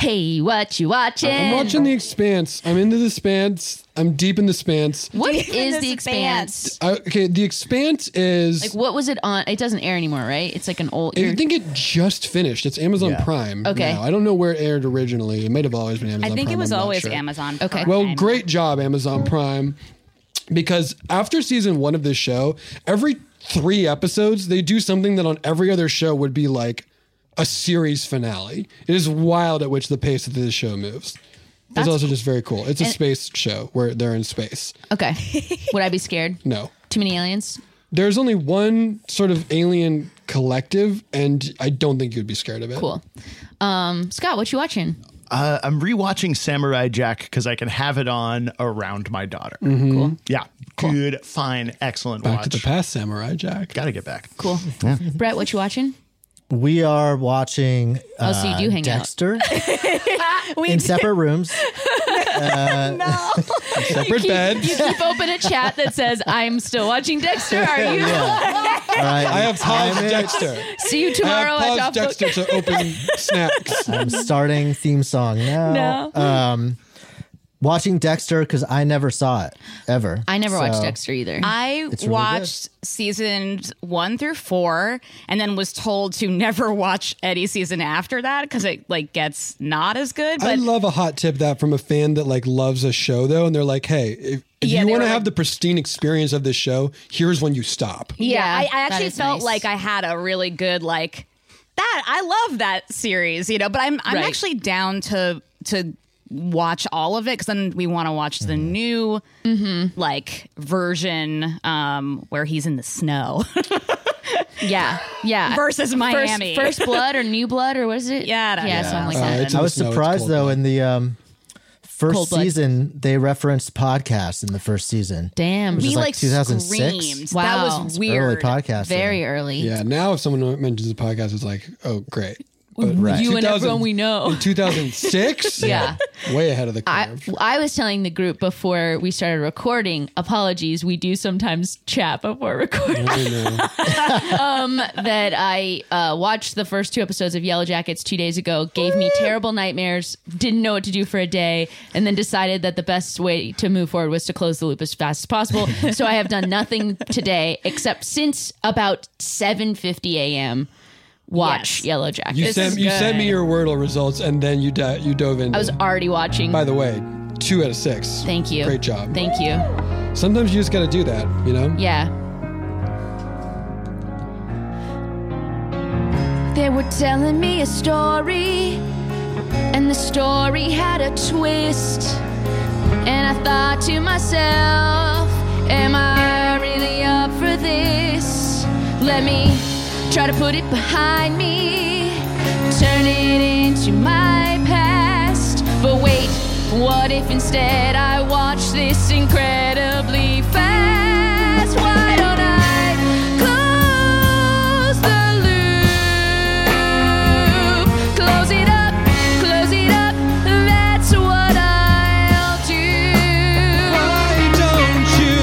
Speaker 5: Hey, what you watching?
Speaker 4: I'm watching The Expanse. I'm into The Expanse. I'm deep in The Expanse.
Speaker 5: What
Speaker 8: Deep in
Speaker 5: is
Speaker 8: this
Speaker 5: the expanse?
Speaker 4: I, okay, The Expanse is.
Speaker 5: Like, what was it on? It doesn't air anymore, right? It's like an old.
Speaker 4: I
Speaker 5: you're-
Speaker 4: think it just finished. It's Amazon
Speaker 5: Yeah.
Speaker 4: Prime.
Speaker 5: Okay.
Speaker 4: now. I don't know where it aired originally. It might have always been Amazon.
Speaker 8: I think it
Speaker 4: Prime,
Speaker 8: was
Speaker 4: I'm not
Speaker 8: always
Speaker 4: sure.
Speaker 8: Amazon. Prime.
Speaker 4: Well, great job, Amazon Prime. Because after season one of this show, every three episodes, they do something that on every other show would be like a series finale. It is wild at which the pace of this show moves.
Speaker 5: That's
Speaker 4: it's also just very cool. It's a
Speaker 5: And-
Speaker 4: space show where they're in space.
Speaker 5: okay. Would I be scared?
Speaker 4: No.
Speaker 5: Too many aliens?
Speaker 4: There's only one sort of alien collective, and I don't think you'd be scared of it.
Speaker 5: Cool. Um, Scott, what you watching?
Speaker 10: Uh, I'm rewatching Samurai Jack because I can have it on around my daughter.
Speaker 4: Mhm. Cool.
Speaker 10: Yeah. Good. Fine. Excellent.
Speaker 4: Back
Speaker 10: watch.
Speaker 4: to the past, Samurai Jack.
Speaker 10: Got to get back.
Speaker 5: Cool. Brett, what you watching?
Speaker 6: We are watching.
Speaker 5: Oh, so you
Speaker 6: uh,
Speaker 5: do hang out.
Speaker 6: Dexter
Speaker 5: (laughs)
Speaker 6: (laughs)
Speaker 5: we
Speaker 6: in
Speaker 5: do- (laughs)
Speaker 6: separate rooms. Uh,
Speaker 4: Separate
Speaker 5: you keep, You keep open a chat that says, "I'm still watching Dexter."
Speaker 6: (laughs)
Speaker 5: Are you? (laughs)
Speaker 4: I have paused Dexter.
Speaker 5: See you tomorrow
Speaker 4: I have
Speaker 5: at
Speaker 4: paused
Speaker 5: Dog
Speaker 4: Uh, Dexter to open snacks.
Speaker 6: I'm starting theme song now.
Speaker 5: No.
Speaker 6: Um, watching Dexter because I never saw it ever. So-
Speaker 5: either.
Speaker 8: I
Speaker 6: It's really good.
Speaker 8: watched seasons one through four, and then was told
Speaker 5: (laughs)
Speaker 8: to never watch any season after that because it like gets not as good.
Speaker 4: I
Speaker 8: But
Speaker 4: love a hot tip that from a fan that like loves a show though, and they're like, "Hey, if, if
Speaker 8: Yeah,
Speaker 4: you
Speaker 8: they
Speaker 4: want to
Speaker 8: were
Speaker 4: have
Speaker 8: like-
Speaker 4: the pristine experience of this show, here's when you stop."
Speaker 8: Yeah, I, I
Speaker 5: that
Speaker 8: actually
Speaker 5: is
Speaker 8: felt
Speaker 5: nice.
Speaker 8: like I had a really good like that. I love that series, you know. But I'm I'm
Speaker 5: Right.
Speaker 8: actually down to to watch all of it because then we want to watch the
Speaker 4: Mm-hmm.
Speaker 8: new like version um, where he's in the snow.
Speaker 5: yeah, yeah. (laughs)
Speaker 8: Versus Miami.
Speaker 5: First, first Blood or New Blood or what is it?
Speaker 8: Yeah,
Speaker 5: yeah, something like that.
Speaker 6: I was surprised though in the um, first
Speaker 5: Cold blood.
Speaker 6: season they referenced podcasts in the first season.
Speaker 5: Damn,
Speaker 6: which
Speaker 5: we
Speaker 6: is
Speaker 5: like
Speaker 6: 2006.
Speaker 5: screamed. Wow.
Speaker 8: That was
Speaker 5: It's
Speaker 6: early
Speaker 8: weird.
Speaker 6: podcasting.
Speaker 5: very early.
Speaker 9: Yeah, now if someone mentions a podcast, it's like, oh, great. But
Speaker 6: Right.
Speaker 5: You and
Speaker 9: 2000
Speaker 5: everyone we know.
Speaker 9: In 2006?
Speaker 5: (laughs) Yeah.
Speaker 9: Way ahead of the
Speaker 5: I,
Speaker 9: curve.
Speaker 5: I was telling the group before we started recording, apologies, we do sometimes chat before (laughs) recording,
Speaker 9: You know.
Speaker 5: um, that I uh, watched the first two episodes of Yellow Jackets two days ago, gave me terrible nightmares, didn't know what to do for a day, and then decided that the best way to move forward was to close the loop as fast as possible. so I have done nothing today except since about 7.50 a.m., watch
Speaker 8: Yes.
Speaker 5: Yellow Jackets.
Speaker 9: You, sent, you sent me your Wordle results and then you di- you dove in.
Speaker 5: I was already watching.
Speaker 9: By the way, two out of six.
Speaker 5: Thank you.
Speaker 9: Great job.
Speaker 5: Thank you.
Speaker 9: Sometimes you just got to do that, you know?
Speaker 5: Yeah. They were telling me a story, and the story had a twist. And I thought to myself, am I really up for this? Let me try to put it behind me, turn it into my past. But wait, what if instead I watch this incredibly fast? Why don't I close the loop? Close it up, close it up, that's what I'll do.
Speaker 9: Why don't you?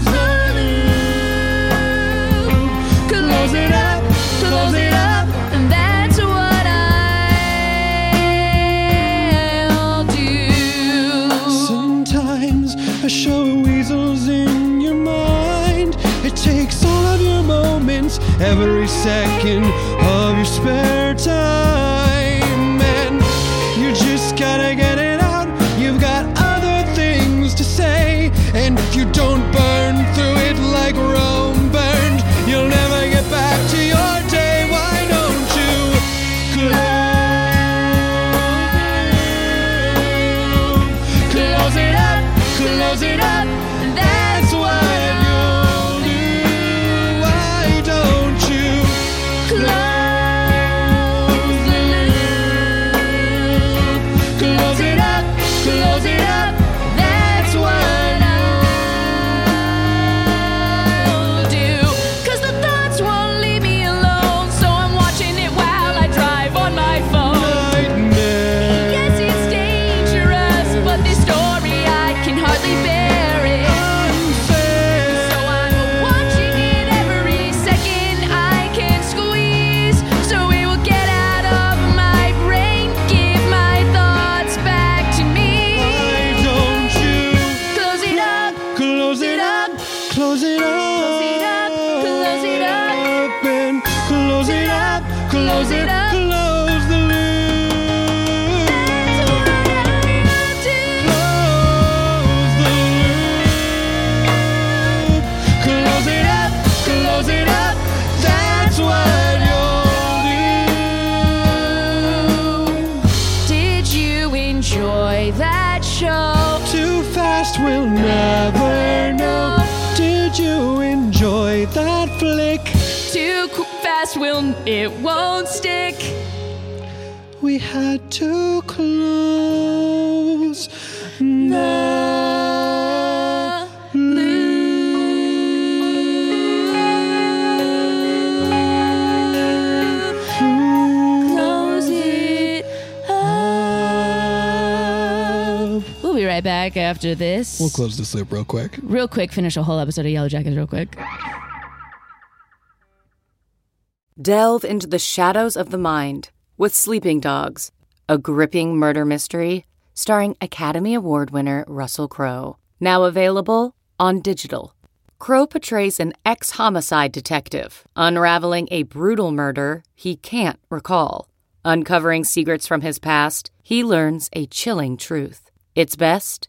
Speaker 5: Close the loop. Close it up, close it up, and that's what I'll do.
Speaker 9: Sometimes a show weasels in your mind. It takes all of your moments, every second of your spare time. And you just gotta get it out. You've got other things to say. And if you don't burn through it like Rome burned, you'll never get back to your day. Why don't you close? Close it up, close it up. That's what you'll do. Why don't you close the loop? Close it up, close it up. That's what I'll do.
Speaker 3: Cause the thoughts won't leave me alone. So I'm watching it while I drive on my phone.
Speaker 9: Nightmare.
Speaker 3: Yes, it's dangerous, but this story I can hardly bear it. So I'm watching it every second I can squeeze. So it will get out of my brain. Give my thoughts back to me.
Speaker 9: Don't you
Speaker 3: Close it up,
Speaker 9: close it up, close it up,
Speaker 3: close it up, close it up.
Speaker 9: and close it up, close it up, close the loop, close the loop, close it up, close it up. That's what you'll do.
Speaker 5: Did you enjoy that show?
Speaker 9: Too fast, we'll never know. Did you enjoy that flick?
Speaker 5: Too qu- fast, will it won't stick.
Speaker 9: We had to close the
Speaker 5: Close it up. We'll be right back after this.
Speaker 9: We'll close this loop real quick.
Speaker 5: real quick, finish a whole episode of Yellow Jackets real quick.
Speaker 11: Delve into the shadows of the mind with Sleeping Dogs, a gripping murder mystery starring Academy Award winner Russell Crowe. Now available on digital. Crowe portrays an ex homicide detective unraveling a brutal murder he can't recall. Uncovering secrets from his past, he learns a chilling truth. It's best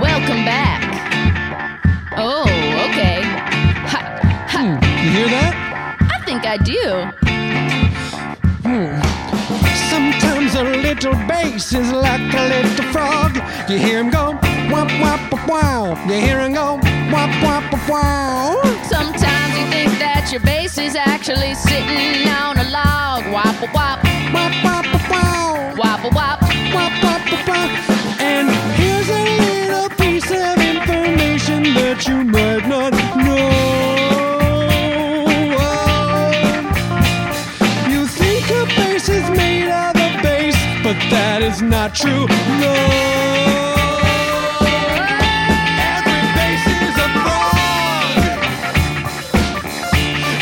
Speaker 3: Welcome back. Oh, okay. Ha, ha.
Speaker 9: You hear that?
Speaker 3: I think I do.
Speaker 9: Sometimes a little bass is like a little frog. You hear him go, wop, wop, wop, wow. You hear him go, wop, wop, wop, wow.
Speaker 3: Sometimes you think that your bass is actually sitting on a log. Wop a wop. Wop wop wop. Wop a wop. Wop wop wop.
Speaker 9: And here's a little piece of information that you might not know. Oh, You think your bass is made out of bass, but that is not true. No. Every bass is a frog.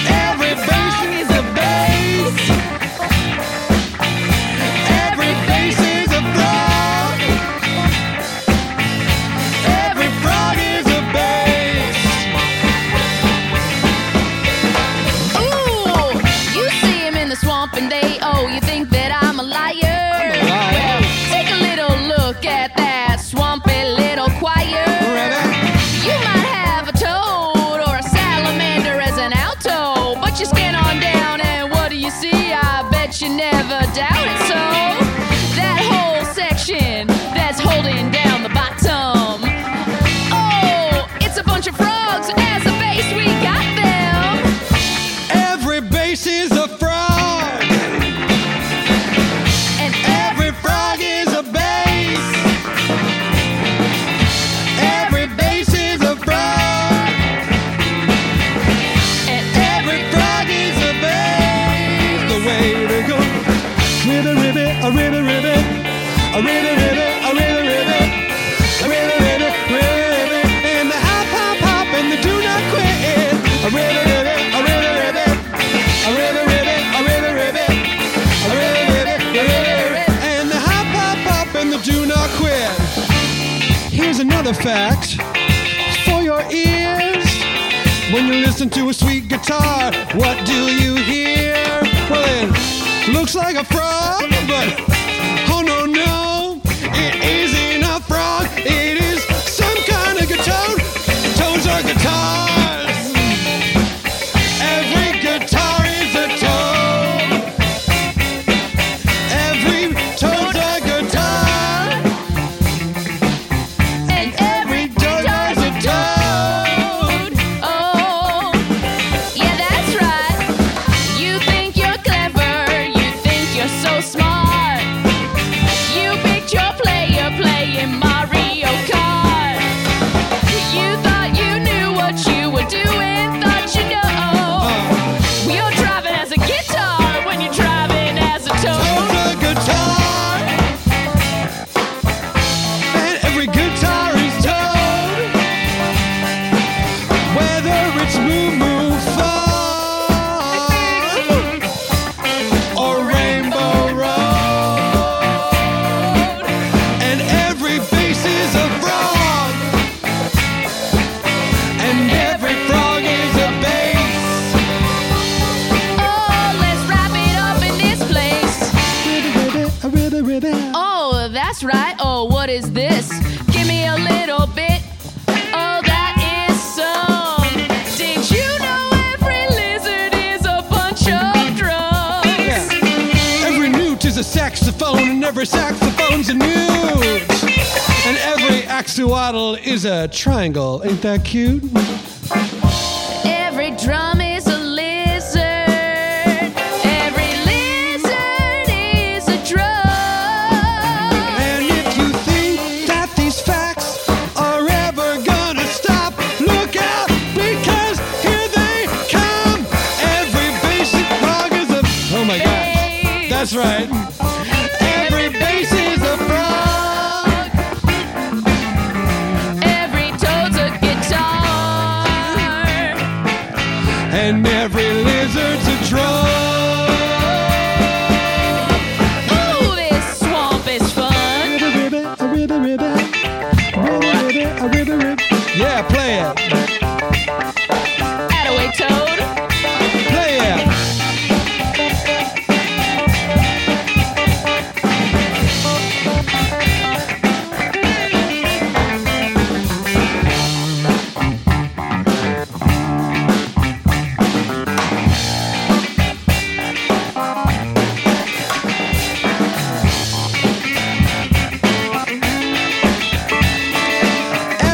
Speaker 9: Every bass is a bass. Every bass is a frog. Every frog is a
Speaker 3: Ooh, you see him in the swamp and they oh, you think that I'm a liar. Well, take a little look at that swampy little choir. You might have a toad or a salamander as an alto, but you scan on down and what do you see? I bet you never doubt it. So that whole section that's holding down the bottom. Oh, it's a bunch of frogs as a base. We got them.
Speaker 9: Every bass is a frog.
Speaker 3: And
Speaker 9: every frog is a bass. Every bass is a frog.
Speaker 3: uh,
Speaker 9: And every frog is a bass. The way to go. Ribbit, ribbit, a ribbit, ribbit. A ribbit, ribbit, a ribbit, ribbit. A ribbit, ribbit, ribbit, ribbit. And the hop, hop, hop, and the do not quit. A ribbit, ribbit, a ribbit, ribbit. A ribbit, ribbit, a ribbit, ribbit. A ribbit, ribbit, a ribbit, ribbit. And the hop, hop, hop, and the do not quit. Here's another fact for your ears. When you listen to a sweet guitar, what do you hear? Well, it looks like a frog, but oh no, no, it isn't a frog. It is some kind of guitar. Toads are guitars. Every guitar is a toad. Every toad's a guitar.
Speaker 3: And every
Speaker 9: toad is a toad.
Speaker 3: Oh, yeah, that's right. You think you're clever. You think you're so smart. You Oh, Oh, Oh,
Speaker 4: every saxophone's a nude. And every axolotl is a triangle. Ain't that cute?
Speaker 3: Every drum is a lizard. Every lizard is a drum.
Speaker 4: And if you think that these facts are ever gonna stop, look out because here they come. Every basic frog is a. Oh my god. That's right. Every bass is a frog.
Speaker 3: Every toad's a guitar.
Speaker 4: And every lizard's a drum.
Speaker 3: Ooh, this swamp is fun.
Speaker 4: Yeah, play it.
Speaker 3: Attaway toad.
Speaker 4: Play it.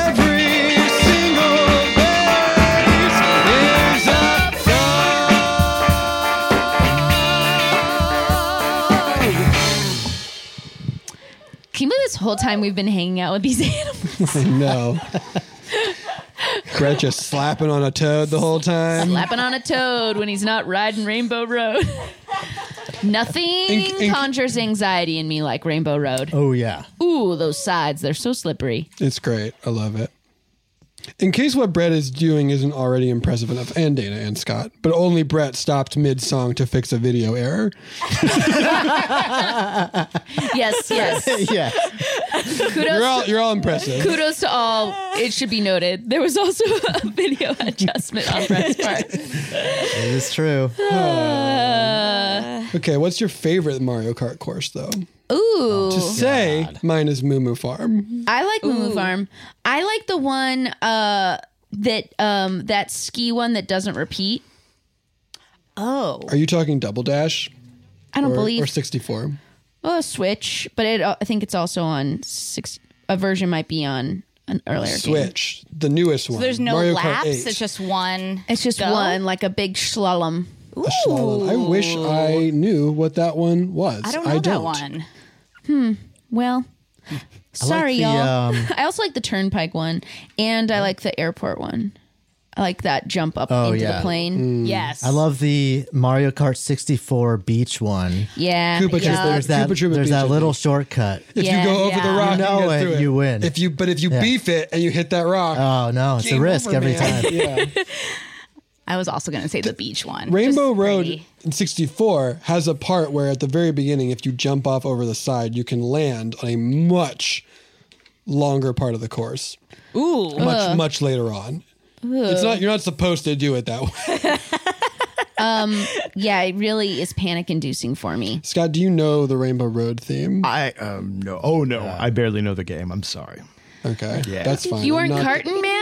Speaker 4: Every single bass is a
Speaker 5: Can you believe this whole time we've been hanging out with these (laughs) animals?
Speaker 4: I know. Brett just slapping on a toad the whole time.
Speaker 5: Slapping on a toad when he's not riding Rainbow Road. (laughs) Nothing
Speaker 4: Ink, ink.
Speaker 5: conjures anxiety in me like Rainbow Road.
Speaker 4: Oh, yeah.
Speaker 5: Ooh, those sides, they're so slippery.
Speaker 4: It's great. I love it. In case what Brett is doing isn't already impressive enough, and Dana and Scott, but only Brett stopped mid song to fix a video error.
Speaker 5: (laughs) Yes, yes.
Speaker 4: yeah.
Speaker 5: Kudos,
Speaker 4: You're all, you're all impressive.
Speaker 5: kudos to all. It should be noted. There was also (laughs) a video adjustment on Brett's part.
Speaker 4: It is true. okay, what's your favorite Mario Kart course, though?
Speaker 5: Ooh.
Speaker 4: To say mine is Moo Moo Farm.
Speaker 5: I like Moo Moo Farm. I like the one uh that um that ski one that doesn't repeat. Oh.
Speaker 4: Are you talking Double Dash?
Speaker 5: I don't
Speaker 4: Or-
Speaker 5: believe-
Speaker 4: Or 64.
Speaker 5: Oh, Switch, but it uh, I think it's also on six a version might be on an earlier game.
Speaker 4: Switch, the newest one.
Speaker 5: So there's no
Speaker 4: Mario
Speaker 5: laps,
Speaker 4: Kart 8.
Speaker 5: it's
Speaker 8: just one.
Speaker 5: It's just
Speaker 8: go?
Speaker 5: one like a big slalom.
Speaker 4: A slalom. I wish I knew what that one was.
Speaker 5: I don't know that one. Hmm. Well, sorry,
Speaker 4: the,
Speaker 5: y'all.
Speaker 4: um,
Speaker 5: (laughs) I also like the turnpike one, and I like the airport one. I like that jump up into the plane.
Speaker 6: Mm. I love the Mario Kart 64 beach one.
Speaker 5: Yeah, Koopa yeah. Troopa-
Speaker 6: There's that,
Speaker 5: Koopa Troopa
Speaker 6: there's that
Speaker 5: beach, I
Speaker 6: little
Speaker 9: (laughs)
Speaker 6: shortcut.
Speaker 4: If you go over the rock,
Speaker 6: you
Speaker 4: you,
Speaker 6: know it,
Speaker 4: get through it.
Speaker 6: you win.
Speaker 4: If you, but if you
Speaker 6: Yeah.
Speaker 4: beef it and you hit that rock, oh
Speaker 6: no, it's a risk every time.
Speaker 4: (laughs)
Speaker 9: (laughs)
Speaker 4: yeah.
Speaker 8: I was also going to say the beach one.
Speaker 4: Rainbow Road in '64 has a part where at the very beginning, if you jump off over the side, you can land on a much longer part of the course,
Speaker 8: Ooh.
Speaker 4: much much later on. It's not you're not supposed to do it that way. (laughs)
Speaker 5: um, yeah, it really is panic inducing for me.
Speaker 4: Scott, do you know the Rainbow Road theme?
Speaker 10: I um no. Oh no, I barely know the game. I'm sorry.
Speaker 4: Okay,
Speaker 10: yeah,
Speaker 4: that's fine.
Speaker 5: You weren't
Speaker 10: not-
Speaker 5: carton
Speaker 8: (laughs)
Speaker 5: man.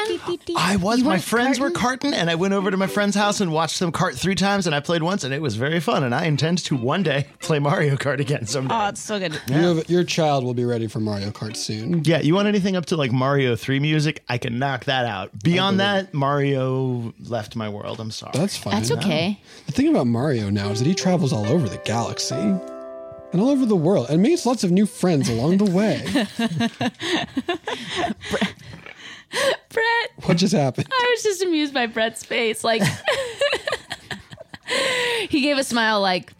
Speaker 10: I was.
Speaker 5: You
Speaker 10: My
Speaker 5: weren't
Speaker 10: friends were carting, and I went over to my friend's house and watched them cart three times, and I played once, and it was very fun. And I intend to one day (laughs) play Mario Kart again someday.
Speaker 8: Oh, it's so good.
Speaker 4: You have, your child will be ready for Mario Kart soon.
Speaker 10: yeah, you want anything up to like Mario Three music? I can knock that out. Beyond that, Mario left my world. I'm sorry.
Speaker 4: That's fine. The thing about Mario now is that he travels all over the galaxy and all over the world and makes lots of new friends along the way.
Speaker 5: Brett,
Speaker 4: What just happened?
Speaker 5: I was just amused by Brett's face. Like (laughs) he gave a smile, like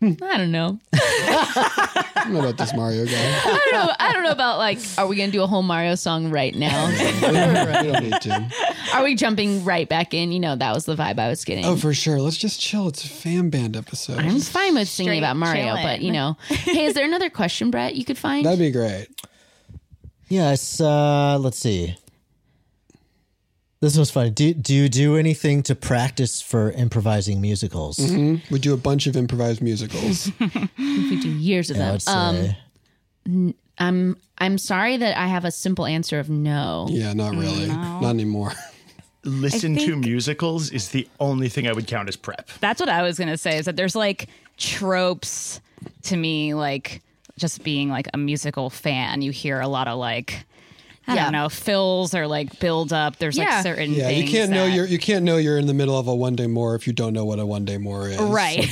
Speaker 5: I don't know.
Speaker 4: I don't know about this Mario guy.
Speaker 5: I don't know. I don't know about like, are we gonna do a whole Mario song right
Speaker 9: (laughs)
Speaker 5: now?
Speaker 4: We don't, we don't need to.
Speaker 5: Are we jumping right back in? You know, that was the vibe I was getting.
Speaker 4: Oh, for sure. Let's just chill. It's a fan band episode.
Speaker 5: I'm fine with singing
Speaker 4: Straight
Speaker 5: about Mario,
Speaker 4: chillin'.
Speaker 5: but you know, hey, is there another question, Brett? You could find.
Speaker 4: That'd be great.
Speaker 6: Yes. Uh, let's see. This one's funny. Do, do you do anything to practice for improvising musicals?
Speaker 9: Mm-hmm.
Speaker 4: Mhm. We do a bunch of improvised musicals.
Speaker 5: we do years of
Speaker 6: Yeah, I
Speaker 5: them.
Speaker 6: would say.
Speaker 5: Um, n- I'm I'm sorry that I have a simple answer of no.
Speaker 4: yeah, not really. Not anymore.
Speaker 10: Listen to
Speaker 8: think-
Speaker 10: musicals is the only thing I would count as prep.
Speaker 8: That's what I was going to say is that there's like tropes to me, like just being like a musical fan, you hear a lot of like I don't know fills or like build up. There's
Speaker 3: Yeah.
Speaker 8: like certain
Speaker 9: (laughs) Yeah,
Speaker 8: things
Speaker 9: you can't know
Speaker 8: that-
Speaker 9: you're you can't know you're in the middle of a one day more if you don't know what a one day more is.
Speaker 3: Right.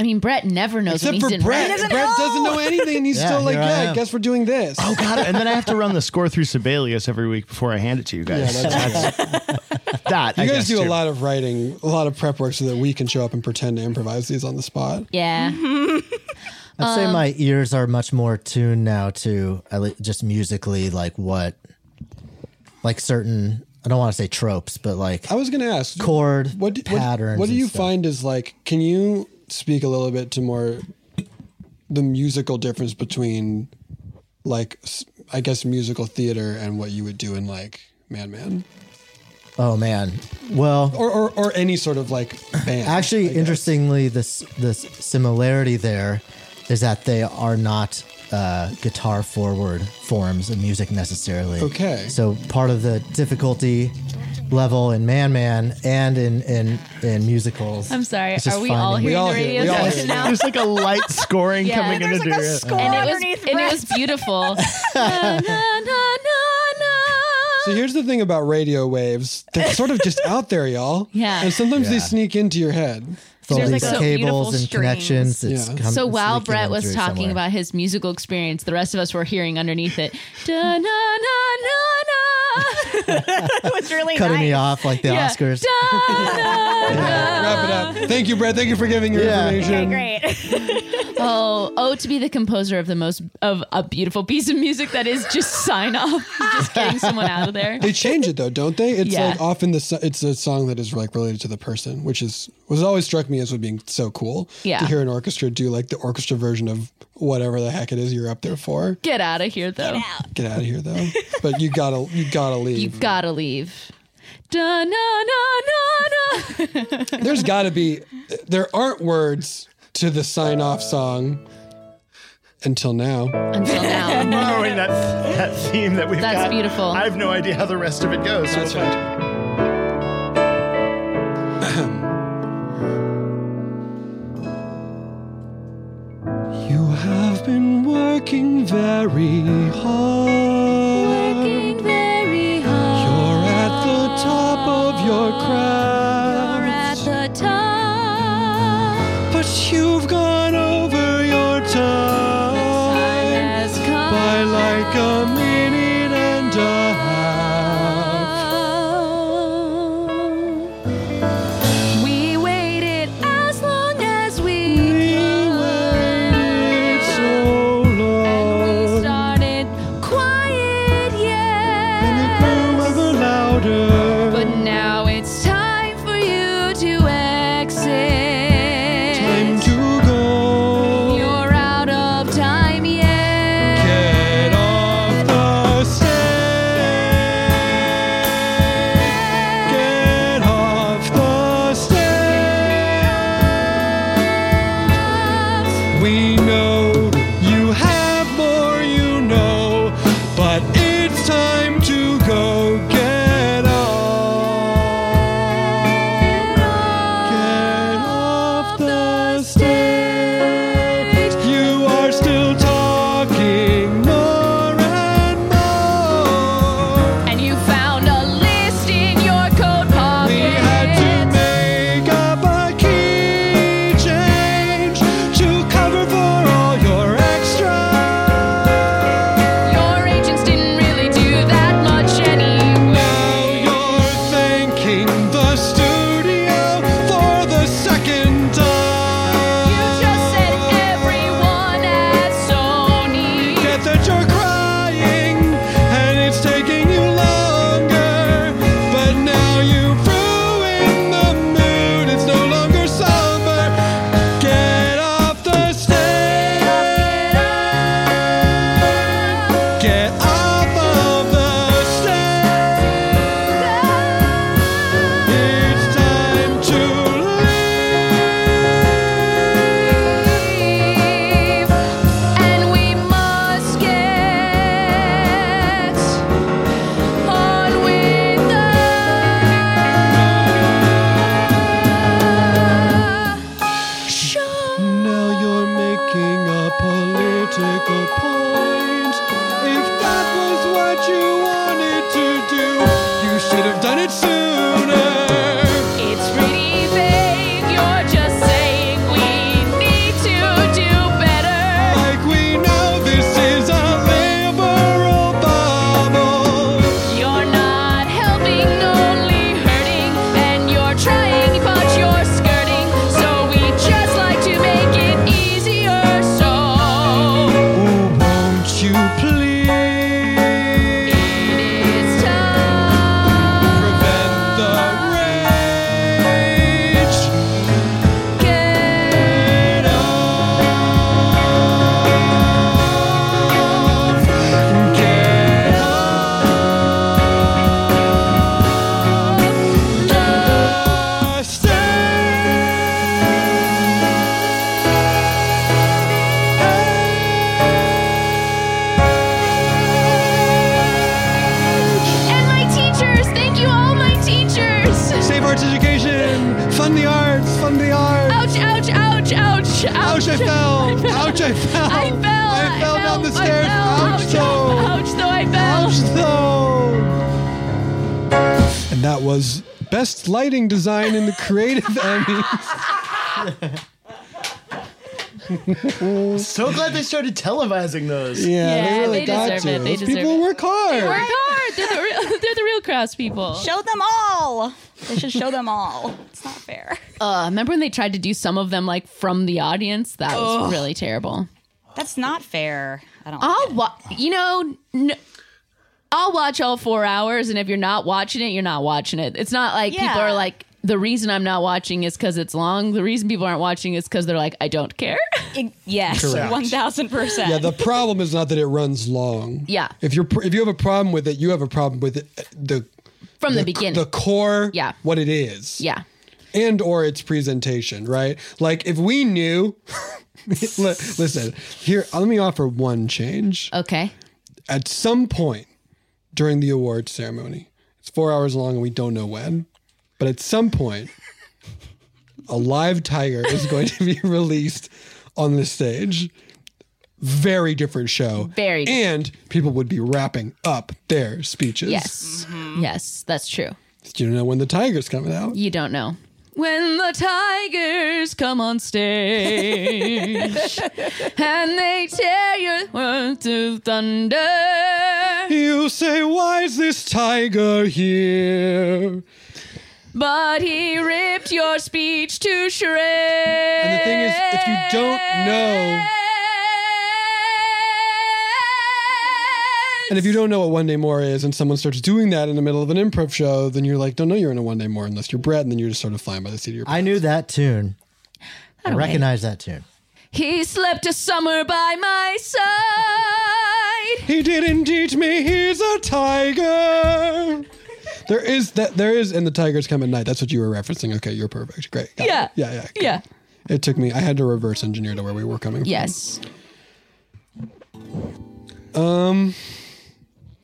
Speaker 3: I mean, Brett never knows
Speaker 9: Except
Speaker 3: when
Speaker 9: for
Speaker 3: he's in
Speaker 9: Brett.
Speaker 3: Rent.
Speaker 9: Brett
Speaker 5: (laughs)
Speaker 9: doesn't know anything. and He's
Speaker 10: Yeah,
Speaker 9: still like,
Speaker 10: here I
Speaker 9: yeah, I
Speaker 10: am."
Speaker 9: guess we're doing this.
Speaker 10: Oh god! And then I have to run the score through Sibelius every week before I hand it to you guys.
Speaker 9: Yeah, that's
Speaker 10: (laughs) that
Speaker 9: (laughs) You
Speaker 10: I
Speaker 9: guys
Speaker 10: guess,
Speaker 9: do a
Speaker 10: too.
Speaker 9: lot of writing, a lot of prep work so that we can show up and pretend to improvise these on the spot.
Speaker 3: Yeah.
Speaker 6: I'd say
Speaker 3: Um,
Speaker 6: my ears are much more tuned now to at le- just musically, like what, like certain. I don't want to say tropes, but like
Speaker 9: I was going to ask
Speaker 6: chord
Speaker 9: what do, what-
Speaker 6: patterns.
Speaker 9: What, do
Speaker 6: and
Speaker 9: you
Speaker 6: stuff.
Speaker 9: find is like? Can you speak a little bit to more the musical difference between like s- I guess musical theater and what you would do in like Man Man
Speaker 6: Oh man. Well,
Speaker 9: or or, or any sort of like band?
Speaker 6: Actually, interestingly, this this similarity there is that they are not uh, guitar forward forms of music necessarily.
Speaker 9: Okay.
Speaker 6: So part of the difficulty level in Man Man and in in in musicals.
Speaker 3: I'm sorry.
Speaker 6: is just
Speaker 3: Are we all
Speaker 6: finding-
Speaker 3: hearing We all the hear- radio we all hear station it. now?
Speaker 10: There's like a light
Speaker 3: (laughs)
Speaker 10: scoring
Speaker 3: Yeah.
Speaker 10: coming
Speaker 3: There's
Speaker 10: into
Speaker 3: like a
Speaker 10: your
Speaker 3: score And it was- underneath and it was (laughs) beautiful. Na, na, na, na, na.
Speaker 9: So here's the thing about radio waves. They're sort of just out there, y'all.
Speaker 3: Yeah.
Speaker 9: And sometimes they
Speaker 6: Yeah.
Speaker 9: sneak into your head.
Speaker 6: With all There's, these like, so cables beautiful and strings. connections, it's come-
Speaker 3: So
Speaker 6: it's
Speaker 3: while
Speaker 6: leaking
Speaker 3: Brett
Speaker 6: in
Speaker 3: was
Speaker 6: through
Speaker 3: talking
Speaker 6: somewhere.
Speaker 3: about his musical experience, the rest of us were hearing underneath it. Da, na, na, na, na.
Speaker 8: What's really
Speaker 6: cutting me off like the
Speaker 3: Yeah. (laughs)
Speaker 6: Oscars.
Speaker 9: Wrap it up. Thank you, Brett. Thank you for giving your information.
Speaker 3: oh, oh, to be the composer of the most of a beautiful piece of music that is just sign off, (laughs) just getting someone out of there.
Speaker 9: They change it though, don't they? It's
Speaker 3: Yeah.
Speaker 9: like often the so- it's a song that is like related to the person, which is was always struck me as would being so cool.
Speaker 3: Yeah.
Speaker 9: To hear an orchestra do like the orchestra version of whatever the heck it is you're up there for.
Speaker 3: Get out of here, though. Get out.
Speaker 9: Get out of here
Speaker 3: (laughs)
Speaker 9: though. but you gotta you gotta
Speaker 3: You
Speaker 9: leave.
Speaker 3: gotta leave. Da, na, na, na, (laughs) na.
Speaker 9: There's gotta be there aren't words to the sign off song until now.
Speaker 3: Until now.
Speaker 9: (laughs)
Speaker 10: I'm borrowing that, that theme that we've
Speaker 3: That's
Speaker 10: got.
Speaker 3: beautiful.
Speaker 10: I have no idea how the rest of it goes. That's right.
Speaker 9: You have been working very hard. Working
Speaker 3: very hard.
Speaker 9: You're at the top of your craft.
Speaker 3: You're at the top.
Speaker 9: But you've gone over your time.
Speaker 3: has come.
Speaker 9: By like a minute and a half.
Speaker 3: We waited as long as we, could.
Speaker 9: so long.
Speaker 3: And we started quiet, yeah.
Speaker 9: louder.
Speaker 3: But now it's time for you to exit. Time
Speaker 9: to go.
Speaker 3: You're out of time, yeah.
Speaker 9: Get off the stage. Get off the stage. We know you have more, you know, but it's time to go. Get off. Get off the stage. You are still talking more and more.
Speaker 3: And you found a list in your coat pocket.
Speaker 9: We had to make up a key change to cover for all your extras.
Speaker 3: Your agents didn't really do that much anyway.
Speaker 9: You're thanking the studio for the second time.
Speaker 3: You just said everyone at Sony.
Speaker 9: Get that you're crying and it's taking you longer. But now you've ruined the mood, it's no longer somber. Get off the stage. Get off of the stage. It's
Speaker 4: arts education. Fund the arts. Fund the arts.
Speaker 5: Ouch! Ouch! Ouch! Ouch!
Speaker 4: Ouch! I fell.
Speaker 5: (laughs)
Speaker 4: Ouch! (laughs) I fell.
Speaker 5: I fell. I
Speaker 4: fell down the stairs. Ouch! Though.
Speaker 5: Ouch! Though I fell.
Speaker 4: Ouch! Though. And that was best lighting design in the creative (laughs) Emmys.
Speaker 10: so glad they started televising those.
Speaker 4: Yeah, they really got to. Those people work hard.
Speaker 5: They work hard. Oh They're the real, (laughs) they're the real crafts people.
Speaker 8: Show them all. They should show them all. It's not fair.
Speaker 5: Uh, remember when they tried to do some of them like from the audience? That was
Speaker 8: Ugh.
Speaker 5: really terrible.
Speaker 8: That's not fair. I don't.
Speaker 5: I'll wa- you know, n- I'll watch all four hours, and if you're not watching it, you're not watching it. It's not like people
Speaker 8: Yeah.
Speaker 5: are like the reason I'm not watching is because it's long. The reason people aren't watching is because they're like I don't care.
Speaker 8: yes,
Speaker 4: Correct.
Speaker 8: one thousand percent.
Speaker 4: Yeah, the problem is not that it runs long.
Speaker 5: Yeah.
Speaker 4: If you're pr- if you have a problem with it, you have a problem with it, uh, the
Speaker 5: From the
Speaker 4: c-
Speaker 5: beginning.
Speaker 4: the core,
Speaker 5: Yeah.
Speaker 4: what it is,
Speaker 5: yeah.
Speaker 4: and or its presentation, right? Like if we knew, (laughs) Li- listen here. Let me offer one change.
Speaker 5: Okay.
Speaker 4: At some point during the award ceremony, it's four hours long, and we don't know when, but at some point, a live tiger is going to be (laughs) released on the stage. Very different show.
Speaker 5: Very different.
Speaker 4: And people would be wrapping up their speeches.
Speaker 5: Yes. Yes, that's true.
Speaker 4: Do you know when the tiger's coming out?
Speaker 5: You don't know. When the tigers come on stage and they tear your world to thunder,
Speaker 4: You say, why is this tiger here?
Speaker 5: but he ripped your speech to shreds.
Speaker 4: And the thing is, if you don't know. And if you don't know what one day more is, and someone starts doing that in the middle of an improv show, then you're like, don't know you're in a one day more unless you're Brett, and then you're just sort of flying by the seat of your
Speaker 6: I knew that tune. I
Speaker 5: Not a way.
Speaker 6: recognize that tune.
Speaker 5: He slept a summer by my side.
Speaker 4: He didn't teach me he's a tiger. There is that. There is, and the tigers come at night. That's what you were referencing. Okay, you're perfect. Great. Got it.
Speaker 5: Yeah.
Speaker 4: Yeah. Yeah.
Speaker 5: Yeah.
Speaker 4: It took me. I had to reverse engineer to where we were coming.
Speaker 5: Yes.
Speaker 4: From. Um.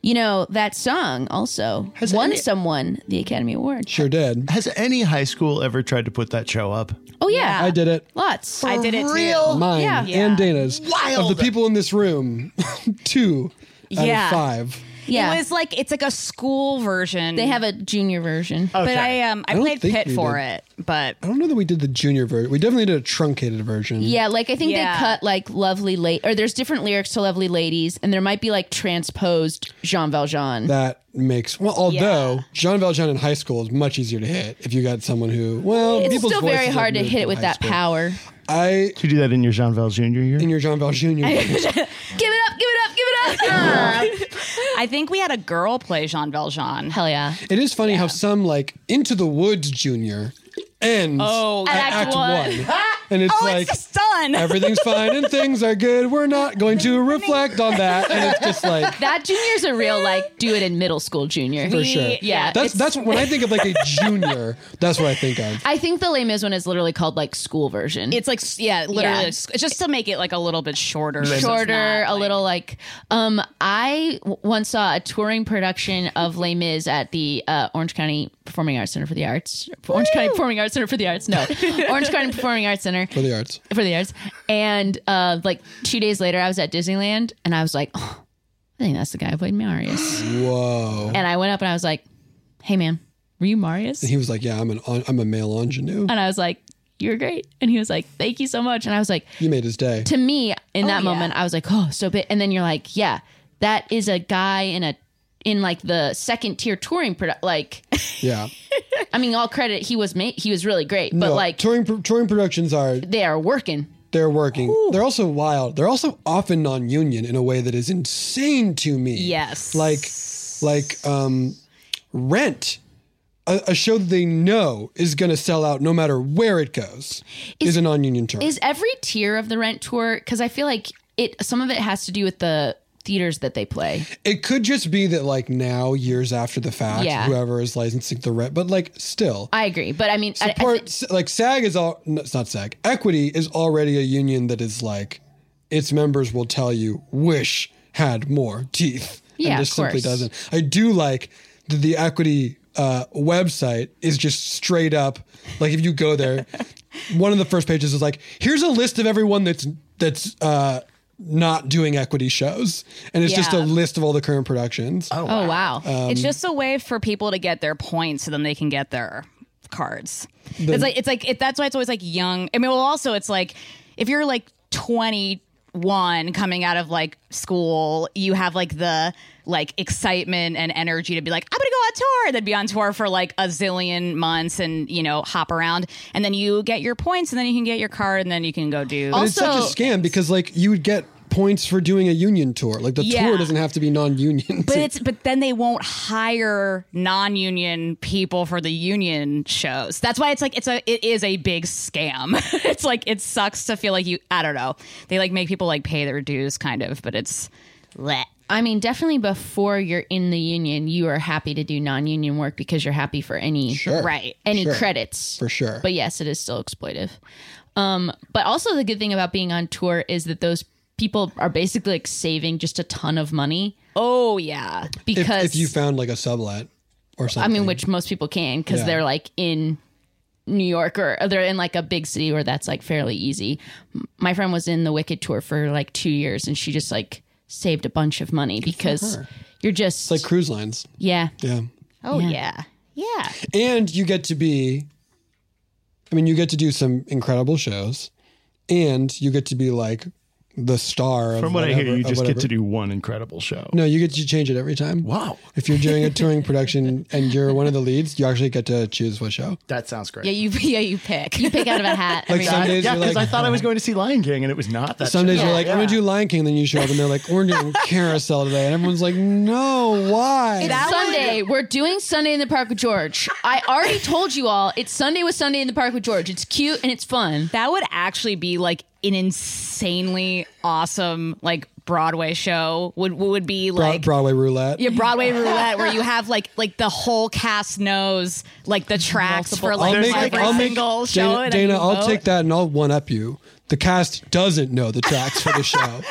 Speaker 5: You know, that song also won someone the Academy Award.
Speaker 4: Sure did.
Speaker 10: Has any high school ever tried to put that show up?
Speaker 5: Oh, yeah.
Speaker 4: I did it.
Speaker 5: Lots.
Speaker 8: I did it too.
Speaker 4: Mine
Speaker 5: Yeah.
Speaker 4: and Dana's.
Speaker 8: Wild.
Speaker 4: Of the people in this room, (laughs) two out
Speaker 8: Yeah.
Speaker 4: of five.
Speaker 8: It was like it's like a school version.
Speaker 5: They have a junior version.
Speaker 8: But I um I,
Speaker 4: don't
Speaker 8: played
Speaker 4: think
Speaker 8: pit
Speaker 4: we
Speaker 8: for
Speaker 4: did.
Speaker 8: it. But
Speaker 4: I don't know that we did the junior version. We definitely did a truncated version.
Speaker 5: Yeah, like I think
Speaker 8: Yeah.
Speaker 5: they cut like lovely late or there's different lyrics to lovely ladies and there might be like transposed Jean Valjean.
Speaker 4: That makes well. Although Jean Valjean in high school is much easier to hit if you got someone who well,
Speaker 5: it's
Speaker 4: people's
Speaker 5: still very
Speaker 4: voices
Speaker 5: hard
Speaker 4: have
Speaker 5: to
Speaker 4: moved
Speaker 5: hit it
Speaker 4: from
Speaker 5: with
Speaker 4: high
Speaker 5: that
Speaker 4: school.
Speaker 5: power.
Speaker 4: I
Speaker 10: Did you do that in your Jean Val Jr. year? In
Speaker 4: your Jean Val
Speaker 5: (laughs)
Speaker 4: Jr. year.
Speaker 5: Give it up, give it up, give it up.
Speaker 4: (laughs)
Speaker 8: I think we had a girl play Jean Valjean.
Speaker 5: Hell yeah.
Speaker 4: It is funny how some like Into the Woods Junior ends
Speaker 8: Oh,
Speaker 4: at
Speaker 8: Act
Speaker 4: Act,
Speaker 8: One.
Speaker 4: One,
Speaker 5: (laughs)
Speaker 4: and it's
Speaker 8: Oh, it's
Speaker 4: like
Speaker 8: just done.
Speaker 4: everything's fine and things are good. We're not going to reflect on that, and it's just
Speaker 5: (laughs)
Speaker 4: like
Speaker 5: That junior's a real like do it in middle school junior.
Speaker 4: for sure.
Speaker 5: Yeah. it's-
Speaker 4: that's that's what, when I think of like a junior. that's what I think of.
Speaker 5: I think the Les Mis one is literally called like school version.
Speaker 8: It's like s- yeah, literally
Speaker 5: Yeah.
Speaker 8: s- just to make it like a little bit shorter.
Speaker 5: shorter, a little like um I w- once saw a touring production of Les Mis at the uh, Orange County Performing Arts Center for the Arts. Orange County Performing Arts Center for the Arts.
Speaker 4: (laughs)
Speaker 5: No. Orange County Performing Arts Center.
Speaker 4: For the arts.
Speaker 5: for the arts. And uh, like two days later, I was at Disneyland and I was like, oh, I think that's the guy who played
Speaker 4: (gasps)
Speaker 5: Marius.
Speaker 4: Whoa.
Speaker 5: And I went up and I was like, hey, man, were you Marius?
Speaker 4: (laughs) And he was like, "Yeah, I'm an I'm a male ingenue."
Speaker 5: And I was like, you're great. And he was like, thank you so much. And I was like,
Speaker 4: You made his day.
Speaker 5: to me, in that moment, I was like, oh, so big. And then you're like, yeah, that is a guy in a, in like the second tier touring product. Like,
Speaker 4: Yeah.
Speaker 5: I mean, all credit, he was made, he was really great, but
Speaker 4: No,
Speaker 5: like
Speaker 4: touring pro- touring productions are
Speaker 5: they are working.
Speaker 4: they're working. They're also wild. They're also often non-union in a way that is insane to me.
Speaker 8: Yes.
Speaker 4: Like like um Rent a, a show that they know is going to sell out no matter where it goes is, a non-union tour.
Speaker 5: Is every tier of the rent tour because I feel like it some of it has to do with the theaters that they play.
Speaker 4: It could just be that like now years after the fact
Speaker 5: Yeah.
Speaker 4: whoever is licensing the rent but like still
Speaker 5: I agree, but I mean, I- I thi-
Speaker 4: support s- like SAG is all no, it's not SAG. Equity is already a union that is like its members will tell you wish had more teeth.
Speaker 5: Yeah,
Speaker 4: and
Speaker 5: of
Speaker 4: just simply
Speaker 5: course.
Speaker 4: doesn't. I do like that the equity uh, website is just straight up like if you go
Speaker 5: (laughs)
Speaker 4: there, one of the first pages is like, here's a list of everyone that's that's uh, not doing equity shows, and it's just a
Speaker 8: Yeah.
Speaker 4: list of all the current productions.
Speaker 8: Oh wow!
Speaker 4: Um,
Speaker 8: it's just a way for people to get their points, so then they can get their cards.
Speaker 4: The-
Speaker 8: it's like it's like it, that's why it's always like young. I mean, well, also it's like if you're like 21 coming out of like school, you have like the like excitement and energy to be like, I'm gonna go on tour. Then be on tour for like a zillion months and you know hop around, and then you get your points, and then you can get your card, and then you can go do.
Speaker 4: But it's such a scam because like you would get points for doing a union tour. Like the
Speaker 8: Yeah.
Speaker 4: tour doesn't have to be non-union.
Speaker 8: But it's but then they won't hire non-union people for the union shows. That's why it's like it's a it is a big scam. (laughs) it's like it sucks to feel like you I don't know. They like make people like pay their dues kind of, but it's let.
Speaker 5: I mean, definitely before you're in the union, you are happy to do non-union work because you're happy for any
Speaker 4: Sure.
Speaker 5: right any
Speaker 4: Sure.
Speaker 5: credits
Speaker 4: (laughs) For sure.
Speaker 5: But yes, it is still exploitive. Um, but also the good thing about being on tour is that those people are basically like saving just a ton of money.
Speaker 8: Oh yeah,
Speaker 4: If-
Speaker 5: because
Speaker 4: if, you found like a sublet or
Speaker 5: I
Speaker 4: something.
Speaker 5: mean, which most people can because
Speaker 4: Yeah.
Speaker 5: they're like in New York or or they're in like a big city where that's like fairly easy. M- My friend was in the Wicked tour for like two years and she just like saved a bunch of money because
Speaker 4: her.
Speaker 5: you're just
Speaker 4: like cruise lines.
Speaker 5: yeah.
Speaker 4: Yeah.
Speaker 8: Oh yeah. Yeah.
Speaker 4: And you get to be I mean, you get to do some incredible shows and you get to be like the star of
Speaker 10: From what I hear,
Speaker 4: whatever-
Speaker 10: you
Speaker 4: of
Speaker 10: just get
Speaker 4: whatever-
Speaker 10: to do one incredible show.
Speaker 4: No, you get to change it every time. Wow. If you're doing
Speaker 10: (laughs)
Speaker 4: a touring production and you're one of the leads, you actually get to choose what show.
Speaker 10: That sounds great.
Speaker 5: Yeah, you (laughs) yeah you pick. You pick out of a (laughs) hat.
Speaker 4: Like some days
Speaker 10: yeah,
Speaker 4: you're
Speaker 10: because I
Speaker 4: like-
Speaker 10: thought I was going to see Lion King, and it was not that.
Speaker 4: Some days
Speaker 10: show.
Speaker 4: you're like, I'm gonna do Lion King, then you show up and they're like, We're doing carousel today. And everyone's like, No, why?
Speaker 5: It's Sunday. We're doing Sunday in the Park with George. I already told you all. It's Sunday with Sunday in the Park with George. It's cute and it's fun.
Speaker 8: That would actually be like an insanely awesome like Broadway show would would be
Speaker 4: Bro-
Speaker 8: like
Speaker 4: Broadway roulette.
Speaker 8: Yeah,
Speaker 4: (laughs)
Speaker 8: Broadway roulette, where you have like like the whole cast knows like the tracks for like every single show.
Speaker 4: Dana,
Speaker 8: and then
Speaker 4: Dana
Speaker 8: you
Speaker 4: I'll
Speaker 8: vote.
Speaker 4: take that and I'll one up you. The cast doesn't know the tracks for the show,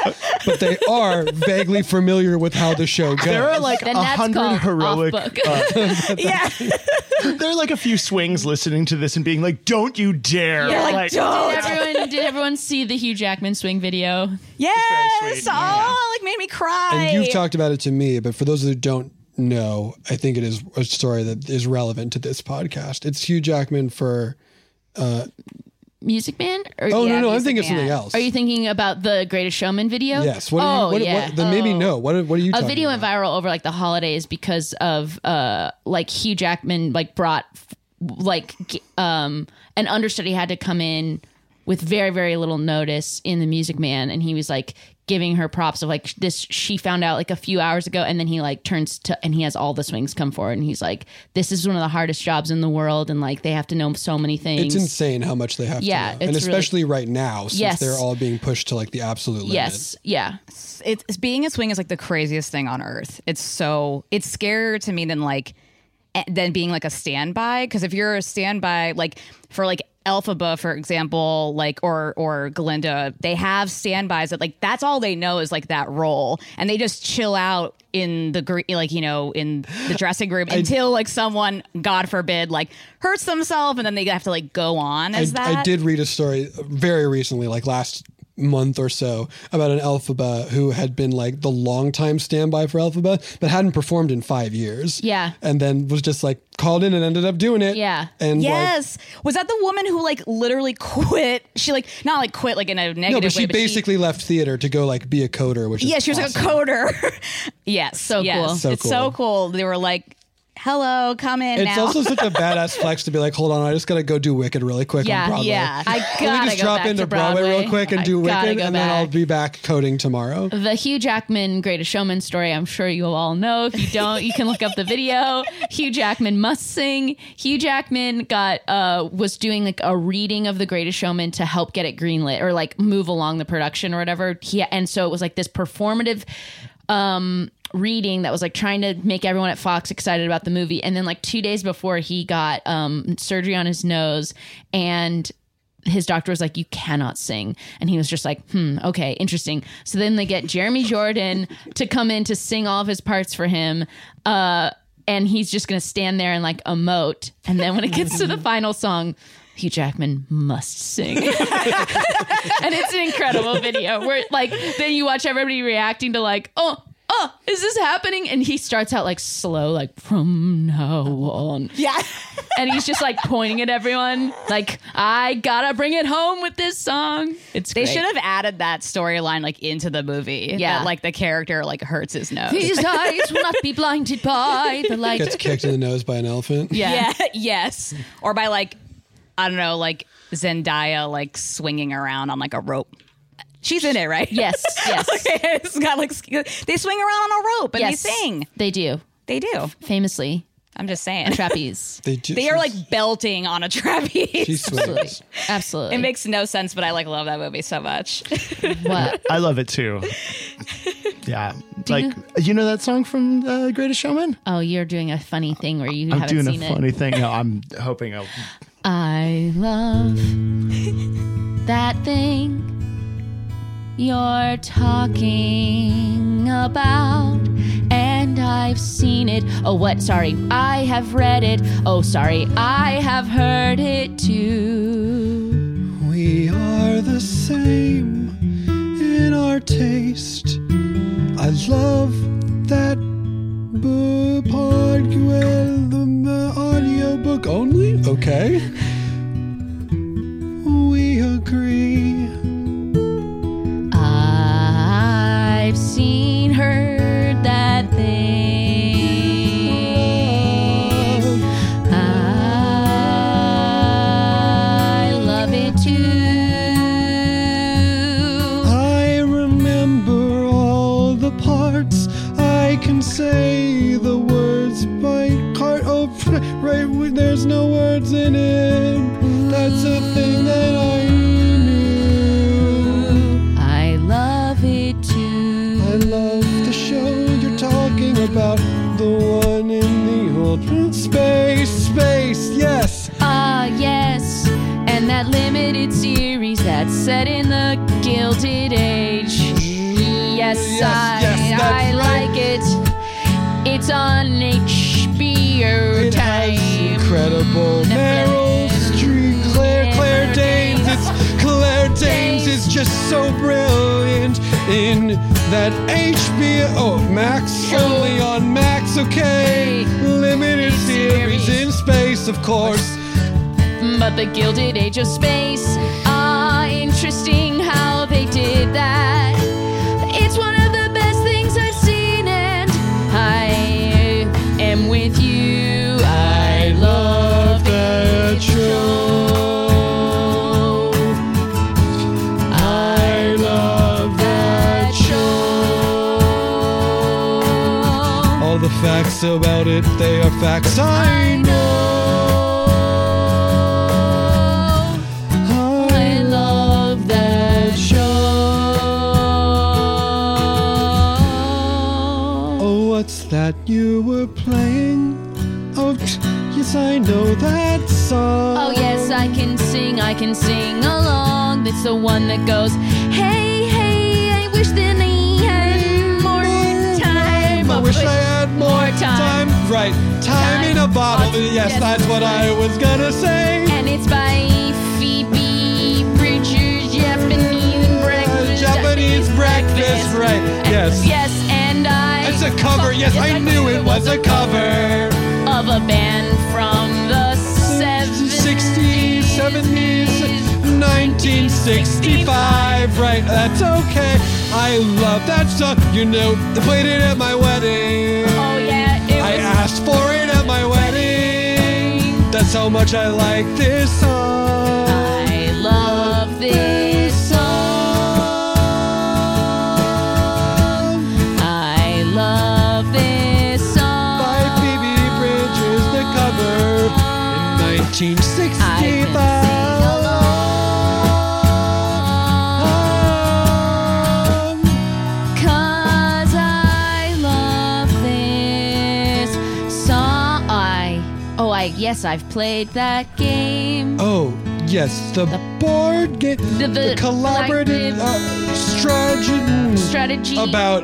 Speaker 4: but they are vaguely familiar with how the show goes.
Speaker 10: There are like a
Speaker 5: Then that's
Speaker 10: hundred
Speaker 5: called
Speaker 10: heroic.
Speaker 5: off book. (laughs)
Speaker 10: uh, (laughs) there are like a few swings listening to this and being like, "Don't you dare!"
Speaker 5: Yeah,
Speaker 10: like,
Speaker 5: did everyone did everyone see the Hugh Jackman swing
Speaker 8: (laughs)
Speaker 5: video?
Speaker 8: Yes. Oh, like made me cry.
Speaker 4: and you've talked about it to me, but for those who don't know, I think it is a story that is relevant to this podcast. It's Hugh Jackman for. Uh,
Speaker 5: Music Man? Or,
Speaker 4: Oh, no, no, I'm thinking of something else.
Speaker 5: Are you thinking about the Greatest Showman video?
Speaker 4: yes. What? Are
Speaker 5: oh,
Speaker 4: you, what,
Speaker 5: yeah.
Speaker 4: what- then maybe
Speaker 5: Oh.
Speaker 4: no. What? What are you?
Speaker 5: a
Speaker 4: talking
Speaker 5: video went viral over like the holidays because of uh like Hugh Jackman like brought f- like g- um an understudy had to come in with very very little notice in the Music Man and he was like giving her props of like sh- this she found out like a few hours ago and then he like turns to and he has all the swings come forward and he's like this is one of the hardest jobs in the world and like they have to know so many things
Speaker 4: It's insane how much they have
Speaker 5: Yeah,
Speaker 4: to know.
Speaker 5: it's
Speaker 4: and
Speaker 5: really-
Speaker 4: especially right now since
Speaker 5: Yes.
Speaker 4: they're all being pushed to like the absolute limit.
Speaker 5: yes yeah
Speaker 8: it's it's- being a swing is like the craziest thing on earth. It's so it's scarier to me than like eh, than being like a standby because if you're a standby like for like Elphaba for example like or or Glinda they have standbys that like that's all they know is like that role and they just chill out in the gre- like you know in the dressing
Speaker 4: (laughs)
Speaker 8: room until like someone god forbid like hurts themselves and then they have to like go on
Speaker 4: I,
Speaker 8: as that
Speaker 4: I did read a story very recently, like last month or so, about an Alphaba who had been like the longtime standby for Alphaba, but hadn't performed in five years.
Speaker 5: Yeah.
Speaker 4: And then was just like called in and ended up doing it.
Speaker 8: Yeah.
Speaker 4: And like-
Speaker 8: yes, was that the woman who like literally (laughs) quit? She like not like quit like in a negative
Speaker 4: no, but she
Speaker 8: way.
Speaker 4: basically left theater to go like be a coder, which
Speaker 8: But she,
Speaker 4: is
Speaker 8: yeah, she was
Speaker 4: awesome.
Speaker 8: like a coder. (laughs) yes, so yes.
Speaker 4: cool. So
Speaker 8: it's so
Speaker 4: cool.
Speaker 8: cool. They were like, "Hello, come in
Speaker 4: It's
Speaker 8: now."
Speaker 4: also such a badass flex to be like, hold on, I just gotta go do Wicked really quick
Speaker 8: Yeah,
Speaker 4: on Broadway.
Speaker 8: yeah. I
Speaker 4: Let
Speaker 5: gotta
Speaker 4: me just
Speaker 5: go
Speaker 4: drop
Speaker 5: back
Speaker 4: into
Speaker 5: to
Speaker 4: Broadway.
Speaker 5: Broadway.
Speaker 4: real quick and
Speaker 5: I
Speaker 4: do
Speaker 5: gotta
Speaker 4: Wicked,
Speaker 5: go
Speaker 4: and then I'll
Speaker 5: back.
Speaker 4: be back coding tomorrow.
Speaker 5: The Hugh Jackman Greatest Showman story, I'm sure you all know. If you don't, you can look up the video. Hugh Jackman must sing. Hugh Jackman got uh was doing like a reading of The Greatest Showman to help get it greenlit or like move along the production or whatever. He and so it was like this performative um reading that was like trying to make everyone at Fox excited about the movie. And then like 2 days before he got um surgery on his nose and his doctor was like, You cannot sing. And he was just like, Hmm, okay, interesting. (laughs) So then they get Jeremy Jordan to come in to sing all of his parts for him. Uh,
Speaker 3: and he's just gonna stand there and like emote. And then when it gets to the final song, Hugh Jackman must sing. (laughs)
Speaker 5: (laughs)
Speaker 3: and it's an incredible video where like then you watch everybody reacting to like, oh, oh, is this happening? And he starts out like slow, like from now on.
Speaker 8: Yeah.
Speaker 3: and he's just like pointing at everyone, like, I gotta bring it home with this song. It's
Speaker 8: They
Speaker 3: great.
Speaker 8: should have added that storyline like into the movie.
Speaker 3: Yeah.
Speaker 8: that, like the character like hurts his nose.
Speaker 3: His eyes will not be blinded by the light.
Speaker 9: Gets kicked in the nose by an elephant.
Speaker 8: Yeah. (laughs) yes. Or by like, I don't know, like Zendaya like swinging around on like a rope. She's in it, right? (laughs)
Speaker 3: Yes. Yes.
Speaker 8: okay. It's got like they swing around on a rope and
Speaker 3: Yes,
Speaker 8: they sing.
Speaker 3: They do.
Speaker 8: They do.
Speaker 3: Famously.
Speaker 8: I'm just saying. (laughs)
Speaker 3: Trapeze.
Speaker 9: They,
Speaker 8: They are like belting on a trapeze.
Speaker 9: She swings. Absolutely.
Speaker 3: Absolutely.
Speaker 8: It makes no sense, but I like love that movie so much.
Speaker 3: What?
Speaker 10: I love
Speaker 5: (laughs)
Speaker 10: it too. Yeah. like, you? know that song from uh, Greatest Showman?
Speaker 3: Oh, you're doing a funny thing where you
Speaker 10: I'm
Speaker 3: haven't
Speaker 10: doing a
Speaker 3: seen it.
Speaker 10: funny thing. No, I'm hoping I'll.
Speaker 3: I love that thing you're talking about. And I've seen it. Oh, what? Sorry. I have read it. Oh, sorry. I have heard it too.
Speaker 9: We are the same in our taste. I love that bu- pod- well, the m- audiobook only. Okay. We agree.
Speaker 3: I've seen, heard that thing. I love it too.
Speaker 9: I remember all the parts. I can say the words by heart. Oh, right, there's no words in it. That's a thing that I knew.
Speaker 3: I love it too.
Speaker 9: I love the show you're talking about. The one in the old space, space, yes.
Speaker 3: Ah, yes. And that limited series that's set in the Gilded Age. Yes, I,
Speaker 5: yes, that's
Speaker 3: I
Speaker 5: right.
Speaker 3: like it. It's on HBO
Speaker 9: It
Speaker 3: time.
Speaker 9: has incredible Meryl Streep, Claire, Claire Danes. It's Claire Danes is just so brilliant in that HBO oh, Max only on Max. Okay, limited series in space, of course.
Speaker 3: But the Gilded Age of Space. Ah, interesting how they did that. It's one of the best things I've seen, and I am with you. I love that show. I love that show.
Speaker 9: All the facts about it, they are facts I know.
Speaker 3: I love that show.
Speaker 9: Oh, what's that you were playing? Oh, yes, I know that song.
Speaker 3: Oh yes, I can sing, I can sing along. That's the one that goes, hey, hey, I wish that I had more time.
Speaker 9: I wish I had more time. Right, time, in a bottle. yes, that's what I was gonna say.
Speaker 3: And it's by Phoebe Bridgers, Japanese breakfast.
Speaker 9: Japanese breakfast, right? Yes.
Speaker 3: Yes, and I.
Speaker 9: It's a cover. Yes, I knew it was a cover.
Speaker 3: Of a band from the
Speaker 9: 60s, 70s, 1965. Right, that's okay. I love that song. You know, they played it at my wedding.
Speaker 3: Oh yeah, it
Speaker 9: I asked for it at my wedding. That's how much I like this song.
Speaker 3: I love this song. I love this song.
Speaker 9: By Phoebe Bridges, the cover in 1965.
Speaker 3: Cause I love this song. I, oh, I, yes, I've played that game.
Speaker 9: Oh, yes, the, board game, the,
Speaker 3: the
Speaker 9: collaborative
Speaker 3: collective-
Speaker 9: uh, strategy,
Speaker 3: Strategy.
Speaker 9: about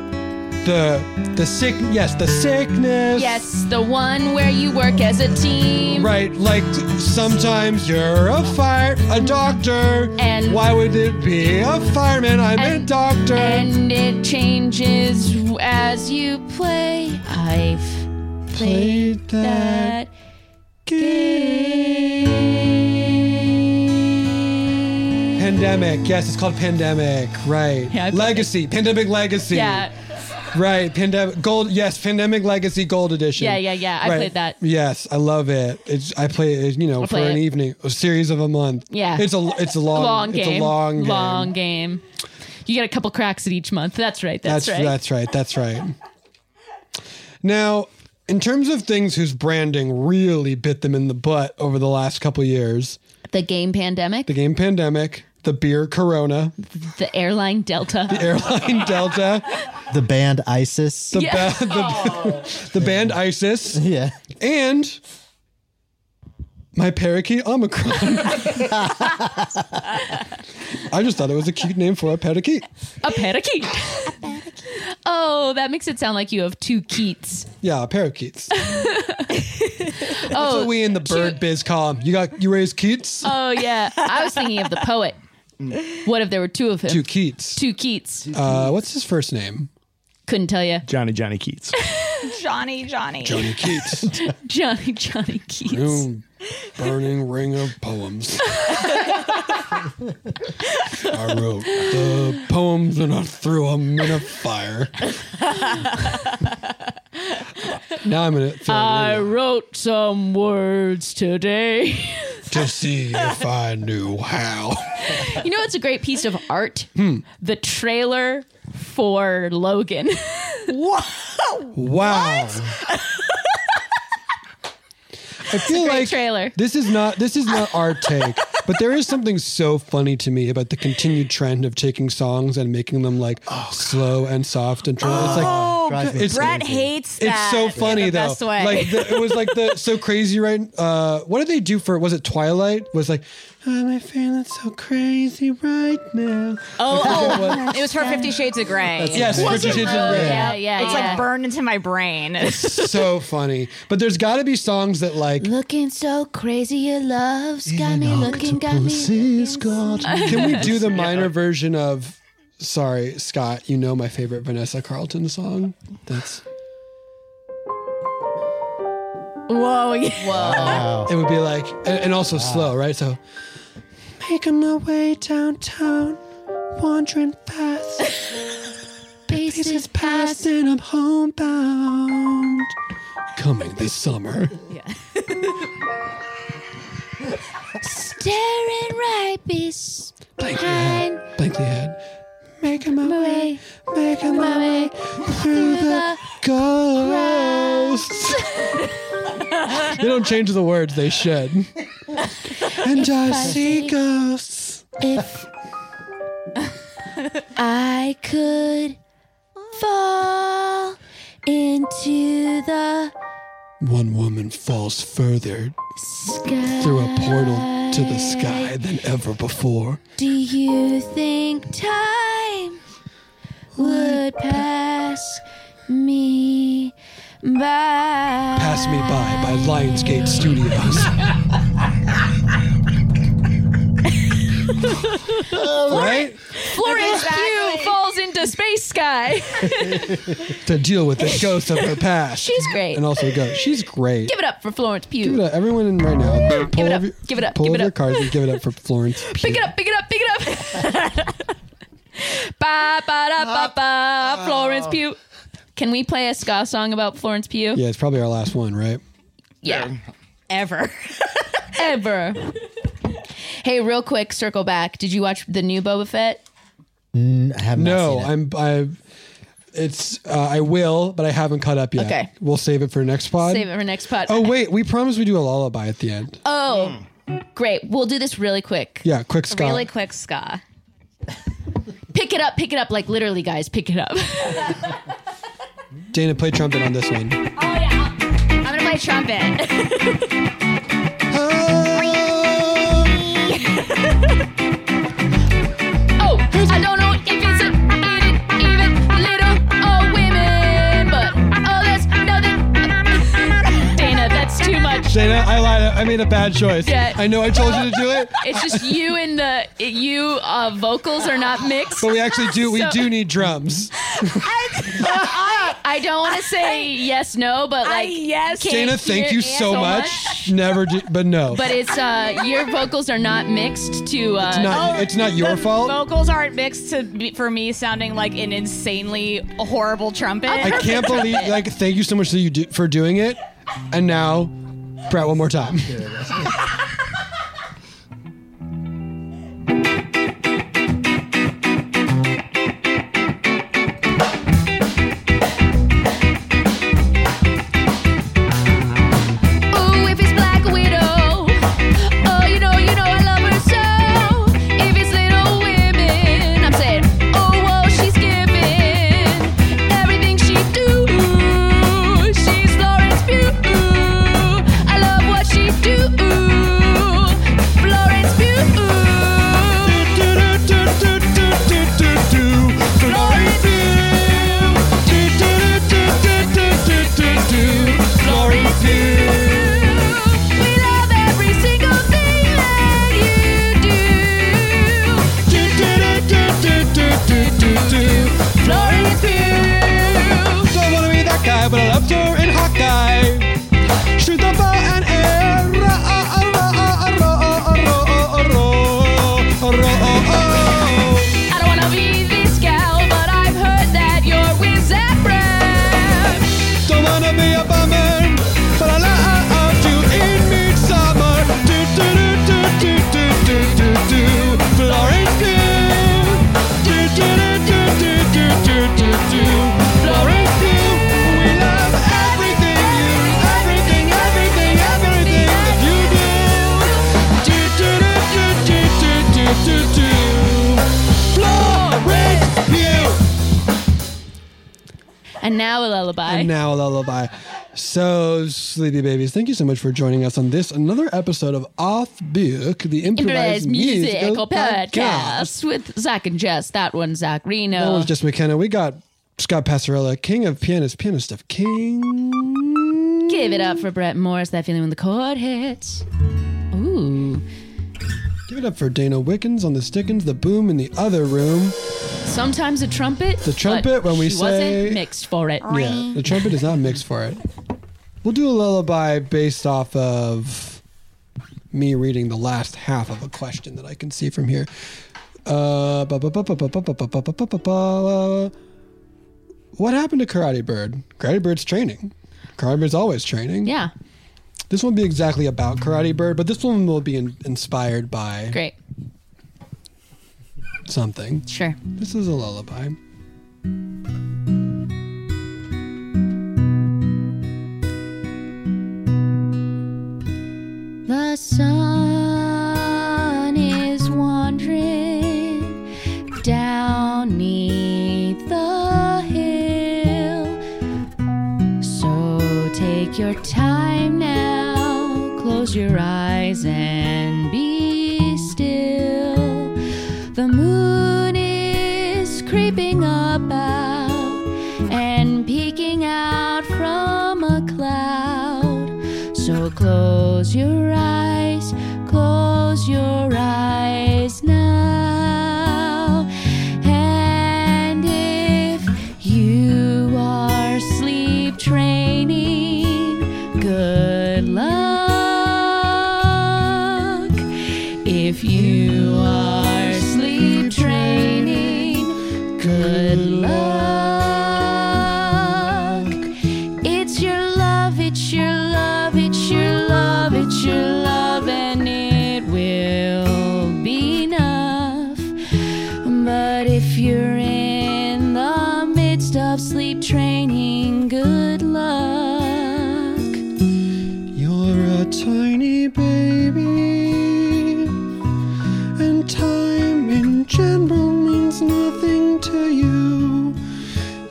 Speaker 9: the
Speaker 4: The sick, yes, the sickness.
Speaker 5: Yes, the one where you work as a team.
Speaker 4: Right, like sometimes you're a fire, a doctor. And why would it be a fireman? I'm a doctor.
Speaker 5: And it changes as you play. I've played that
Speaker 4: Pandemic. Yes, it's called pandemic. Right. legacy. Pandemic legacy.
Speaker 5: Yeah.
Speaker 4: Right. Pandemic gold. Yes. Pandemic legacy gold edition.
Speaker 5: Yeah, yeah, yeah. I
Speaker 4: Right.
Speaker 5: played that.
Speaker 4: Yes, I love it. It's I play it. You know,
Speaker 5: I
Speaker 4: for
Speaker 5: play
Speaker 4: an
Speaker 5: it.
Speaker 4: evening, a series of a month.
Speaker 5: Yeah.
Speaker 4: It's a it's a long,
Speaker 5: game.
Speaker 4: It's a long game.
Speaker 5: Long game. You get a couple cracks at each month. That's right. That's, right.
Speaker 4: That's right. That's right. Now, in terms of things whose branding really bit them in the butt over the last couple years,
Speaker 5: the game pandemic,
Speaker 4: the game pandemic, the beer Corona, (laughs)
Speaker 5: the airline Delta.
Speaker 4: the airline Delta,
Speaker 6: The band ISIS.
Speaker 4: the ba- the, the band
Speaker 6: (laughs)
Speaker 4: ISIS,
Speaker 6: yeah,
Speaker 4: and my parakeet Omicron. (laughs) I just thought it was a cute name for a parakeet.
Speaker 5: A parakeet. Oh, that makes it sound like you have two keats.
Speaker 4: Yeah, parakeets. That's
Speaker 5: Oh,
Speaker 4: what we in the bird biz call 'em. You got you raise keats.
Speaker 5: oh yeah. I was thinking of the poet. What if there were Mm. two of him?
Speaker 4: Two Keats.
Speaker 5: Two Keats.
Speaker 4: Uh, what's his first name?
Speaker 5: Couldn't tell you.
Speaker 10: Johnny Johnny Keats.
Speaker 8: Johnny, Johnny.
Speaker 4: Johnny Keats.
Speaker 5: (laughs) Johnny Johnny Keats.
Speaker 4: New burning ring of poems. I wrote the poems and I threw them in a fire. now I'm gonna feel
Speaker 5: I wrote some words today.
Speaker 4: to see if I knew how.
Speaker 5: you know, it's a great piece of art.
Speaker 4: Hmm.
Speaker 5: The trailer for (laughs) Logan. Whoa!
Speaker 4: Wow. I feel like
Speaker 5: trailer.
Speaker 4: this is not this is not our take, but there is something so funny to me about the continued trend of taking songs and making them like slow and soft and trying. it's like
Speaker 5: Oh,
Speaker 9: Drives me Brett hates that.
Speaker 4: It's so funny
Speaker 9: in the
Speaker 4: though.
Speaker 9: Best way.
Speaker 4: Like the, it was like the so crazy right. Uh, what did they do for? Was it Twilight? Was like I'm a fan that's so crazy right now.
Speaker 8: Oh,
Speaker 4: I forget
Speaker 8: oh,
Speaker 4: (laughs) what-
Speaker 8: it was for Fifty Shades of Grey.
Speaker 4: That's Yes, right. Fifty
Speaker 8: Was it
Speaker 4: Shades of
Speaker 8: really?
Speaker 4: Grey. Yeah,
Speaker 5: yeah,
Speaker 8: It's
Speaker 5: yeah.
Speaker 8: like burned into my
Speaker 5: (laughs)
Speaker 8: brain.
Speaker 4: It's (laughs) so funny. But there's got to be songs that like
Speaker 5: Looking so crazy, your love's got me looking, got me.
Speaker 4: Can we
Speaker 5: (laughs)
Speaker 4: do the minor version of Sorry, Scott, you know my favorite Vanessa Carlton song? That's
Speaker 8: Whoa!
Speaker 9: Whoa!
Speaker 4: it would be like and, and also slow, right? So Making my way downtown, wandering
Speaker 9: (laughs)
Speaker 4: fast. Pieces past and I'm homebound. Coming this summer.
Speaker 5: Staring right bes-
Speaker 4: Blankly
Speaker 5: behind.
Speaker 4: head. Blankly head.
Speaker 9: Making my way, making my way through the
Speaker 4: ghosts. They don't change the words, they
Speaker 5: (laughs)
Speaker 4: should.
Speaker 9: and I
Speaker 4: I
Speaker 9: see ghosts. If I could fall into the
Speaker 4: One woman falls further through a portal to the sky than ever before.
Speaker 9: Do you think time would pass me by?
Speaker 4: Pass Me By by
Speaker 5: (laughs)
Speaker 4: Lionsgate Studios. Right?
Speaker 5: Florence Pugh falls into space sky.
Speaker 4: to deal with the ghost of her past.
Speaker 5: She's great.
Speaker 4: And also a ghost. She's
Speaker 5: (laughs)
Speaker 4: great.
Speaker 5: Give it up for Florence
Speaker 4: Give
Speaker 5: Pugh.
Speaker 4: it up. Everyone in right now.
Speaker 5: Give it
Speaker 4: over
Speaker 5: up.
Speaker 4: your-
Speaker 5: Give it up.
Speaker 4: Pull
Speaker 5: Give
Speaker 4: over
Speaker 5: it
Speaker 4: your
Speaker 5: up.
Speaker 4: cars and give it up for Florence.
Speaker 5: (laughs) Pick it up, pick it up, pick it up. (laughs) ba ba da ba ba. Florence Pugh. Can we play a ska song about Florence Pugh?
Speaker 4: Yeah, it's probably our last one, right?
Speaker 5: Yeah. Ever. (laughs) Ever. Hey, real quick, circle back. Did you watch the new Boba Fett?
Speaker 6: Mm, I have not
Speaker 4: no,
Speaker 6: seen it.
Speaker 4: I'm. I. It's. Uh, I will, but I haven't caught up yet.
Speaker 5: Okay.
Speaker 4: We'll save it for next pod.
Speaker 5: Save it for next pod.
Speaker 4: Oh wait, we promised we do a lullaby at the end.
Speaker 5: Oh, great. We'll do this really quick.
Speaker 4: Yeah, quick Scott.
Speaker 5: Really quick, ska. pick it up, pick it up. Like literally, guys, pick it (laughs) up.
Speaker 4: Dana, play trumpet on this one.
Speaker 5: I'm gonna play (laughs) trumpet.
Speaker 3: Oh, I don't know if it's a, even, even little old women, but
Speaker 5: (laughs)
Speaker 9: made a bad choice.
Speaker 5: Yeah.
Speaker 9: I know I told you to do it.
Speaker 5: It's just you and the it- you uh, vocals are not mixed.
Speaker 9: But we actually do. We
Speaker 5: So-
Speaker 9: do need drums.
Speaker 5: I, I don't want to say yes, no, but like yes,
Speaker 9: Dana, thank you so much. Never, do, but no.
Speaker 5: But it's uh, your vocals are not mixed to. Uh,
Speaker 9: It's not- Oh, it's not your the fault.
Speaker 8: Vocals aren't mixed to be, for me sounding like an insanely horrible trumpet.
Speaker 9: I can't believe. Like, thank you so much that you do, for doing it. And now, Brett, one more time.
Speaker 4: Ooh, if it's Black Widow, oh, you know, you know I love her so. If it's Little Women, I'm saying, oh, whoa, she's giving everything she do. She's Florence Pugh. I love what she do. Florence Pugh. Florence
Speaker 9: Don't wanna be that guy, but I loved her in Hawkeye. Shoot the bow and arrow.
Speaker 4: I don't wanna be this gal, but I've heard that you're with Zac Brown.
Speaker 9: Don't wanna be a bummer, but I loved you in midsummer. Do do do do do do do do. Florence Pugh. Do do do do do do do do. Florence Pugh. We love everything you, everything, everything, everything that you do. Do do do do do do do do. Florence Pugh.
Speaker 5: And now a lullaby.
Speaker 9: And now a lullaby. So, sleepy babies, thank you so much for joining us on this another episode of Off Book, the improvised,
Speaker 5: improvised musical
Speaker 9: musical podcast.
Speaker 5: podcast with Zach and Jess. That one, Zach Reno.
Speaker 9: That was just McKenna. We got Scott Passarella, king of pianists, pianist of king.
Speaker 5: Give it up for Brett Morris. That feeling when the chord hits. Ooh,
Speaker 9: Give it up for Dana Wickens on the Stickens, the boom in the other room.
Speaker 5: sometimes a trumpet.
Speaker 9: The trumpet,
Speaker 5: but
Speaker 9: when we
Speaker 5: she
Speaker 9: say-
Speaker 5: wasn't mixed for it.
Speaker 9: Yeah, the trumpet is not mixed for it. We'll do a lullaby based off of me reading the last half of a question that I can see from here. Uh, ba- ba- ba- ba- ba- ba- ba- ba- ba- ba- ba- ba- What happened to Karate Bird? Karate Bird's training. Karate Bird's always training.
Speaker 5: Yeah.
Speaker 9: This won't be exactly about Karate Bird, but this one will be in- inspired by
Speaker 5: Great.
Speaker 9: something.
Speaker 5: Sure.
Speaker 9: This is a lullaby.
Speaker 3: The sun is wandering down neath the hill. So take your time now, close your eyes and be still. The moon is creeping up out and peeking out from a cloud. So close your eyes, close your eyes now. And if you are sleep training, good luck. If you are sleep training, good luck. It's your love, it's your love, it's your love, it's your love, and it will be enough. But if you're in the midst of sleep training, good luck.
Speaker 9: You're a tiny baby, and time in general means nothing to you.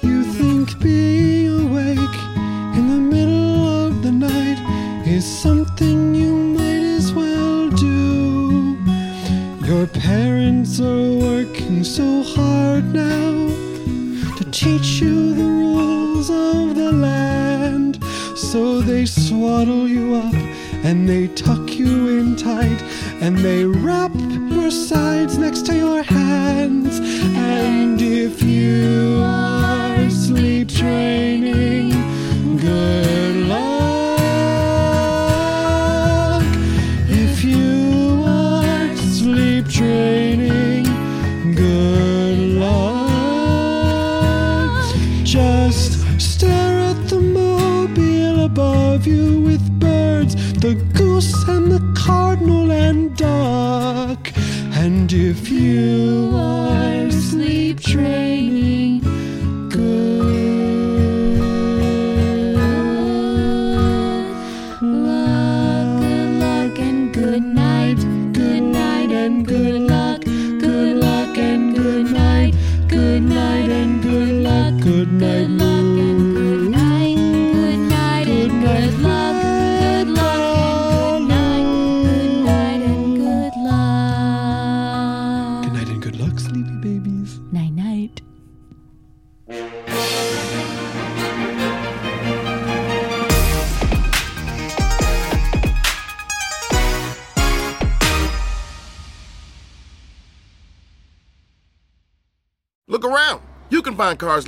Speaker 9: You think being awake in the middle of the night is something you might as well do. Your parents are working so hard now to teach you the rules of the land. So they swaddle you up and they tuck you in tight, and they wrap your sides next to your hands. And if you are sleep training, good luck. If you are sleep training, good luck. Just stare at the mobile above you with birds, the goose and the cardinal and duck. And if you are sleep training,
Speaker 3: luck and good night, good night and good luck, good luck and good night, good night and good luck,
Speaker 9: good night,
Speaker 3: good night, good night and good luck, good luck and good night, good night and good luck.
Speaker 9: Good night and good luck, sleepy babies.
Speaker 3: Night night.
Speaker 12: Look around. You can find cars